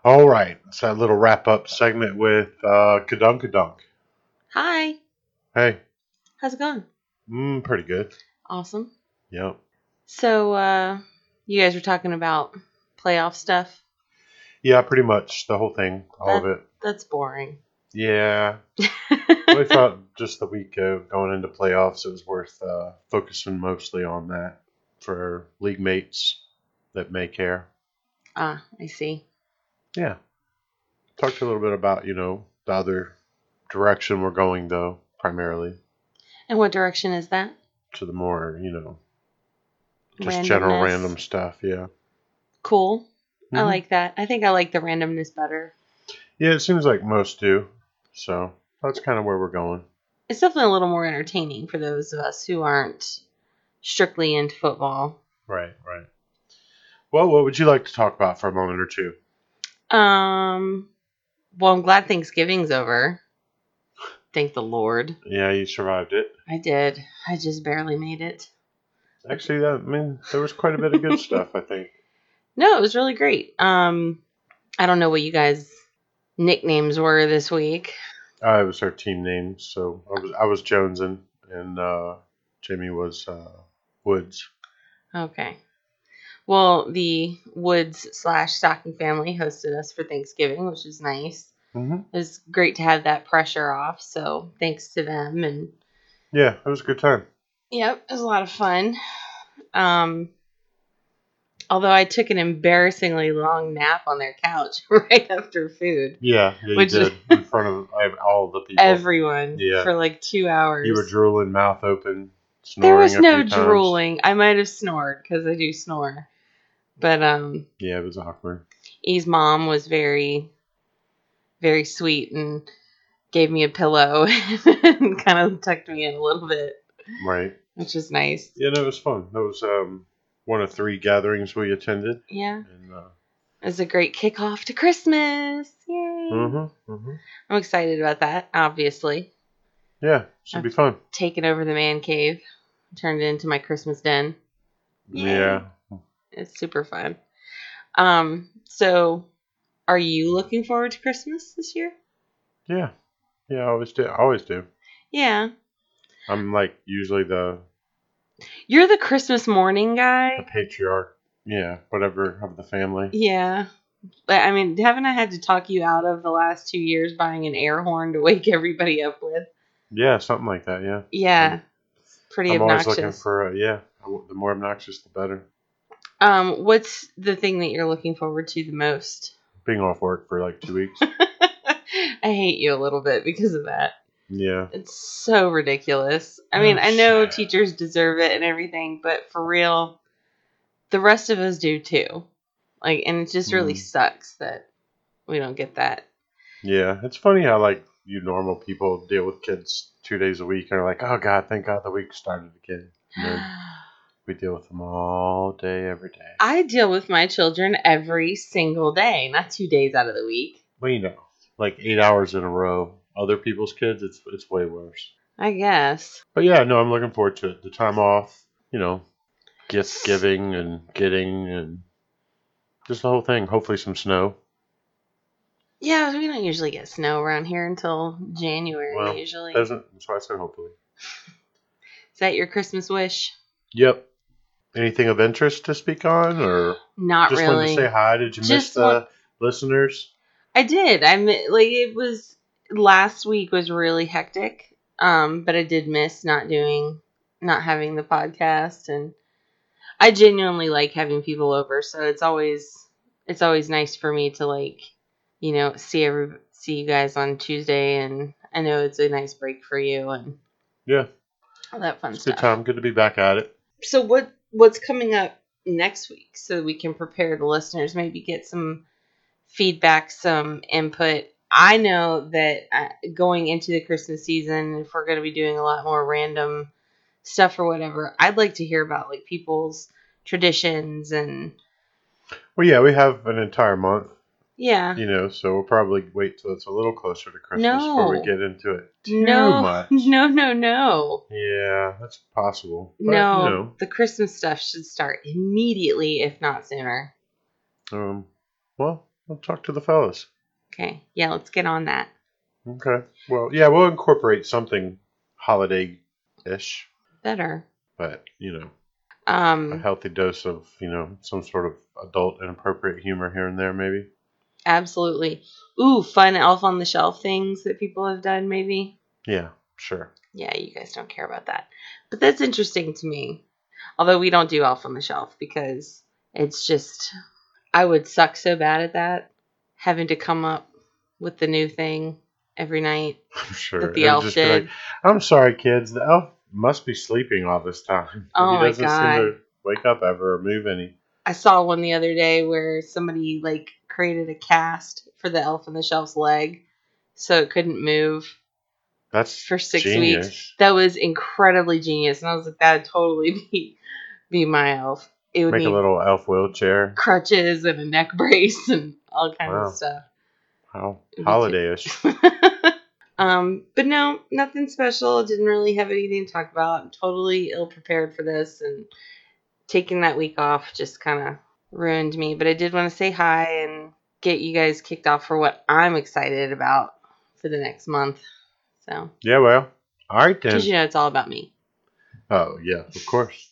[SPEAKER 1] All right, it's that little wrap up segment with uh, Kadunkadunk.
[SPEAKER 4] Hi,
[SPEAKER 1] Hey,
[SPEAKER 4] how's it going?
[SPEAKER 1] mm, pretty good.
[SPEAKER 4] Awesome.
[SPEAKER 1] Yep.
[SPEAKER 4] So, uh, you guys were talking about playoff stuff.
[SPEAKER 1] Yeah, pretty much the whole thing, all of it.
[SPEAKER 4] That's boring.
[SPEAKER 1] Yeah, we thought just the week of going into playoffs, it was worth uh, focusing mostly on that for league mates that may care.
[SPEAKER 4] ah, I see.
[SPEAKER 1] Yeah. Talked a little bit about, you know, the other direction we're going, though, primarily
[SPEAKER 4] And what direction is that?
[SPEAKER 1] to the more, you know, just general
[SPEAKER 4] Randomness.
[SPEAKER 1] random stuff. Yeah.
[SPEAKER 4] Cool. I
[SPEAKER 1] Mhm.
[SPEAKER 4] like that. I think I like the randomness better.
[SPEAKER 1] Yeah, it seems like most do. So that's kind of where we're going.
[SPEAKER 4] It's definitely a little more entertaining for those of us who aren't strictly into football.
[SPEAKER 1] Right, right. Well, what would you like to talk about for a moment or two?
[SPEAKER 4] Um, well, I'm glad Thanksgiving's over. Thank the Lord.
[SPEAKER 1] Yeah, you survived it.
[SPEAKER 4] I did. I just barely made it.
[SPEAKER 1] Actually, that, I mean, there was quite a bit of good stuff, I think.
[SPEAKER 4] No, it was really great. Um, I don't know what you guys nicknames were this week.
[SPEAKER 1] Uh, it was her team name, so I was I was Jones and and uh, Jamie was uh, Woods.
[SPEAKER 4] Okay. Well, the Woods slash Stocking family hosted us for Thanksgiving, which is nice.
[SPEAKER 1] Mm-hmm.
[SPEAKER 4] It was great to have that pressure off. So thanks to them. And
[SPEAKER 1] Yeah, it was a good time.
[SPEAKER 4] yep, it was a lot of fun. Um, although I took an embarrassingly long nap on their couch right after food.
[SPEAKER 1] Yeah, yeah you
[SPEAKER 4] Which-
[SPEAKER 1] did in front of ev- all the people.
[SPEAKER 4] Everyone
[SPEAKER 1] Yeah.
[SPEAKER 4] for like two hours.
[SPEAKER 1] you were drooling, mouth open, snoring.
[SPEAKER 4] there was
[SPEAKER 1] a
[SPEAKER 4] no
[SPEAKER 1] few times.
[SPEAKER 4] drooling. I might have snored because I do snore. But um,
[SPEAKER 1] Yeah, it was awkward.
[SPEAKER 4] E's mom was very, very sweet and gave me a pillow and kind of tucked me in a little bit,
[SPEAKER 1] Right.
[SPEAKER 4] which was nice.
[SPEAKER 1] Yeah, no, it was fun. That was um, one of three gatherings we attended.
[SPEAKER 4] Yeah.
[SPEAKER 1] And, uh,
[SPEAKER 4] It was a great kickoff to Christmas. Yay.
[SPEAKER 1] mm-hmm, mm-hmm.
[SPEAKER 4] I'm excited about that, obviously.
[SPEAKER 1] Yeah, should be fun.
[SPEAKER 4] Taking over the man cave, turned it into my Christmas den. Yay.
[SPEAKER 1] Yeah.
[SPEAKER 4] It's super fun. Um, so are you looking forward to Christmas this year?
[SPEAKER 1] Yeah. Yeah, I always do. I always do.
[SPEAKER 4] Yeah.
[SPEAKER 1] I'm like usually the
[SPEAKER 4] You're the Christmas morning guy.
[SPEAKER 1] the patriarch, yeah, whatever of the family.
[SPEAKER 4] Yeah. But I mean, haven't I had to talk you out of the last two years buying an air horn to wake everybody up with?
[SPEAKER 1] Yeah, something like that. Yeah,
[SPEAKER 4] Yeah. It's pretty
[SPEAKER 1] I'm always looking
[SPEAKER 4] obnoxious.
[SPEAKER 1] for a, yeah. The more obnoxious, the better.
[SPEAKER 4] um, what's the thing that you're looking forward to the most?
[SPEAKER 1] Being off work for like two weeks.
[SPEAKER 4] I hate you a little bit because of that.
[SPEAKER 1] yeah,
[SPEAKER 4] It's so ridiculous. I mean, I
[SPEAKER 1] Yes.
[SPEAKER 4] know teachers deserve it and everything, but for real, the rest of us do too. Like, and it just really
[SPEAKER 1] Mhm.
[SPEAKER 4] sucks that we don't get that.
[SPEAKER 1] yeah. It's funny how like you normal people deal with kids two days a week and are like, oh god, thank God the week started again. And then we deal with them all day, every day.
[SPEAKER 4] I deal with my children every single day, not two days out of the week.
[SPEAKER 1] well, you know, like eight hours in a row. Other people's kids, it's it's way worse.
[SPEAKER 4] I guess.
[SPEAKER 1] But yeah, no, I'm looking forward to it. The time off, you know, gift giving and getting and just the whole thing. Hopefully, some snow.
[SPEAKER 4] Yeah, we don't usually get snow around here until January.
[SPEAKER 1] Well,
[SPEAKER 4] usually, is
[SPEAKER 1] Doesn't that's why I said hopefully.
[SPEAKER 4] that your Christmas wish?
[SPEAKER 1] Yep. Anything of interest to speak on, or
[SPEAKER 4] Not
[SPEAKER 1] just wanted to
[SPEAKER 4] really.
[SPEAKER 1] say hi? Did you miss
[SPEAKER 4] Just
[SPEAKER 1] the
[SPEAKER 4] want-
[SPEAKER 1] listeners?
[SPEAKER 4] I did. I mi- like it was last week was really hectic. Um, but I did miss not doing, not having the podcast, and I genuinely like having people over. So it's always it's always nice for me to like, you know, see every see you guys on Tuesday, and I know it's a nice break for you and
[SPEAKER 1] Yeah.
[SPEAKER 4] all that fun
[SPEAKER 1] It's a
[SPEAKER 4] stuff.
[SPEAKER 1] good time. Good to be back at it.
[SPEAKER 4] So what what's coming up next week so we can prepare the listeners, maybe get some feedback, some input. I know that uh, going into the Christmas season, if we're going to be doing a lot more random stuff or whatever, I'd like to hear about like people's traditions and
[SPEAKER 1] Well, yeah, we have an entire month
[SPEAKER 4] Yeah.
[SPEAKER 1] You know, so we'll probably wait till it's a little closer to Christmas before we
[SPEAKER 4] No.
[SPEAKER 1] get into it too
[SPEAKER 4] No.
[SPEAKER 1] much.
[SPEAKER 4] No, no, no.
[SPEAKER 1] Yeah, that's possible. But,
[SPEAKER 4] no,
[SPEAKER 1] You know,
[SPEAKER 4] the Christmas stuff should start immediately, if not sooner.
[SPEAKER 1] um, well, we'll talk to the fellas.
[SPEAKER 4] Okay, yeah, let's get on that.
[SPEAKER 1] Okay. Well, yeah, we'll incorporate something holiday ish,
[SPEAKER 4] Better.
[SPEAKER 1] but, you know, a
[SPEAKER 4] Um,
[SPEAKER 1] healthy dose of, you know, some sort of adult and appropriate humor here and there, maybe.
[SPEAKER 4] absolutely. Ooh, fun Elf on the Shelf things that people have done, maybe.
[SPEAKER 1] Yeah, sure.
[SPEAKER 4] Yeah, you guys don't care about that, but that's interesting to me. Although we don't do Elf on the Shelf because it's just, I would suck so bad at that, having to come up with the new thing every night
[SPEAKER 1] I'm sure.
[SPEAKER 4] that the
[SPEAKER 1] It'll
[SPEAKER 4] elf
[SPEAKER 1] just be like,
[SPEAKER 4] did.
[SPEAKER 1] I'm sorry, kids. The elf must be sleeping all this time.
[SPEAKER 4] Oh
[SPEAKER 1] he
[SPEAKER 4] my
[SPEAKER 1] doesn't
[SPEAKER 4] God.
[SPEAKER 1] seem to wake up ever or move any.
[SPEAKER 4] I saw one the other day where somebody like created a cast for the elf on the shelf's leg so it couldn't move
[SPEAKER 1] That's
[SPEAKER 4] for six
[SPEAKER 1] genius.
[SPEAKER 4] weeks. That was incredibly genius. And I was like, that'd totally be be my elf. It would
[SPEAKER 1] Make
[SPEAKER 4] need
[SPEAKER 1] a little elf wheelchair.
[SPEAKER 4] crutches and a neck brace and all kinds
[SPEAKER 1] Wow.
[SPEAKER 4] of stuff.
[SPEAKER 1] Wow.
[SPEAKER 4] It'd be
[SPEAKER 1] Holiday ish.
[SPEAKER 4] um, but no, nothing special. Didn't really have anything to talk about. I'm totally ill prepared for this, and taking that week off just kind of ruined me. But I did want to say hi and get you guys kicked off for what I'm excited about for the next month. So,
[SPEAKER 1] Yeah, well. All right, then.
[SPEAKER 4] because you know it's all about me.
[SPEAKER 1] Oh, yeah, of course.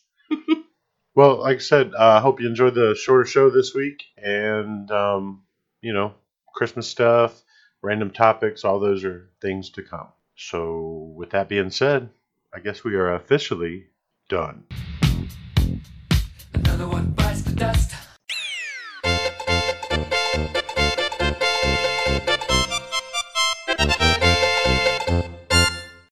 [SPEAKER 1] well, like I said, I uh, hope you enjoyed the shorter show this week. And, um, you know, Christmas stuff, random topics, all those are things to come. So, with that being said, I guess we are officially done.
[SPEAKER 5] Another one bites the dust.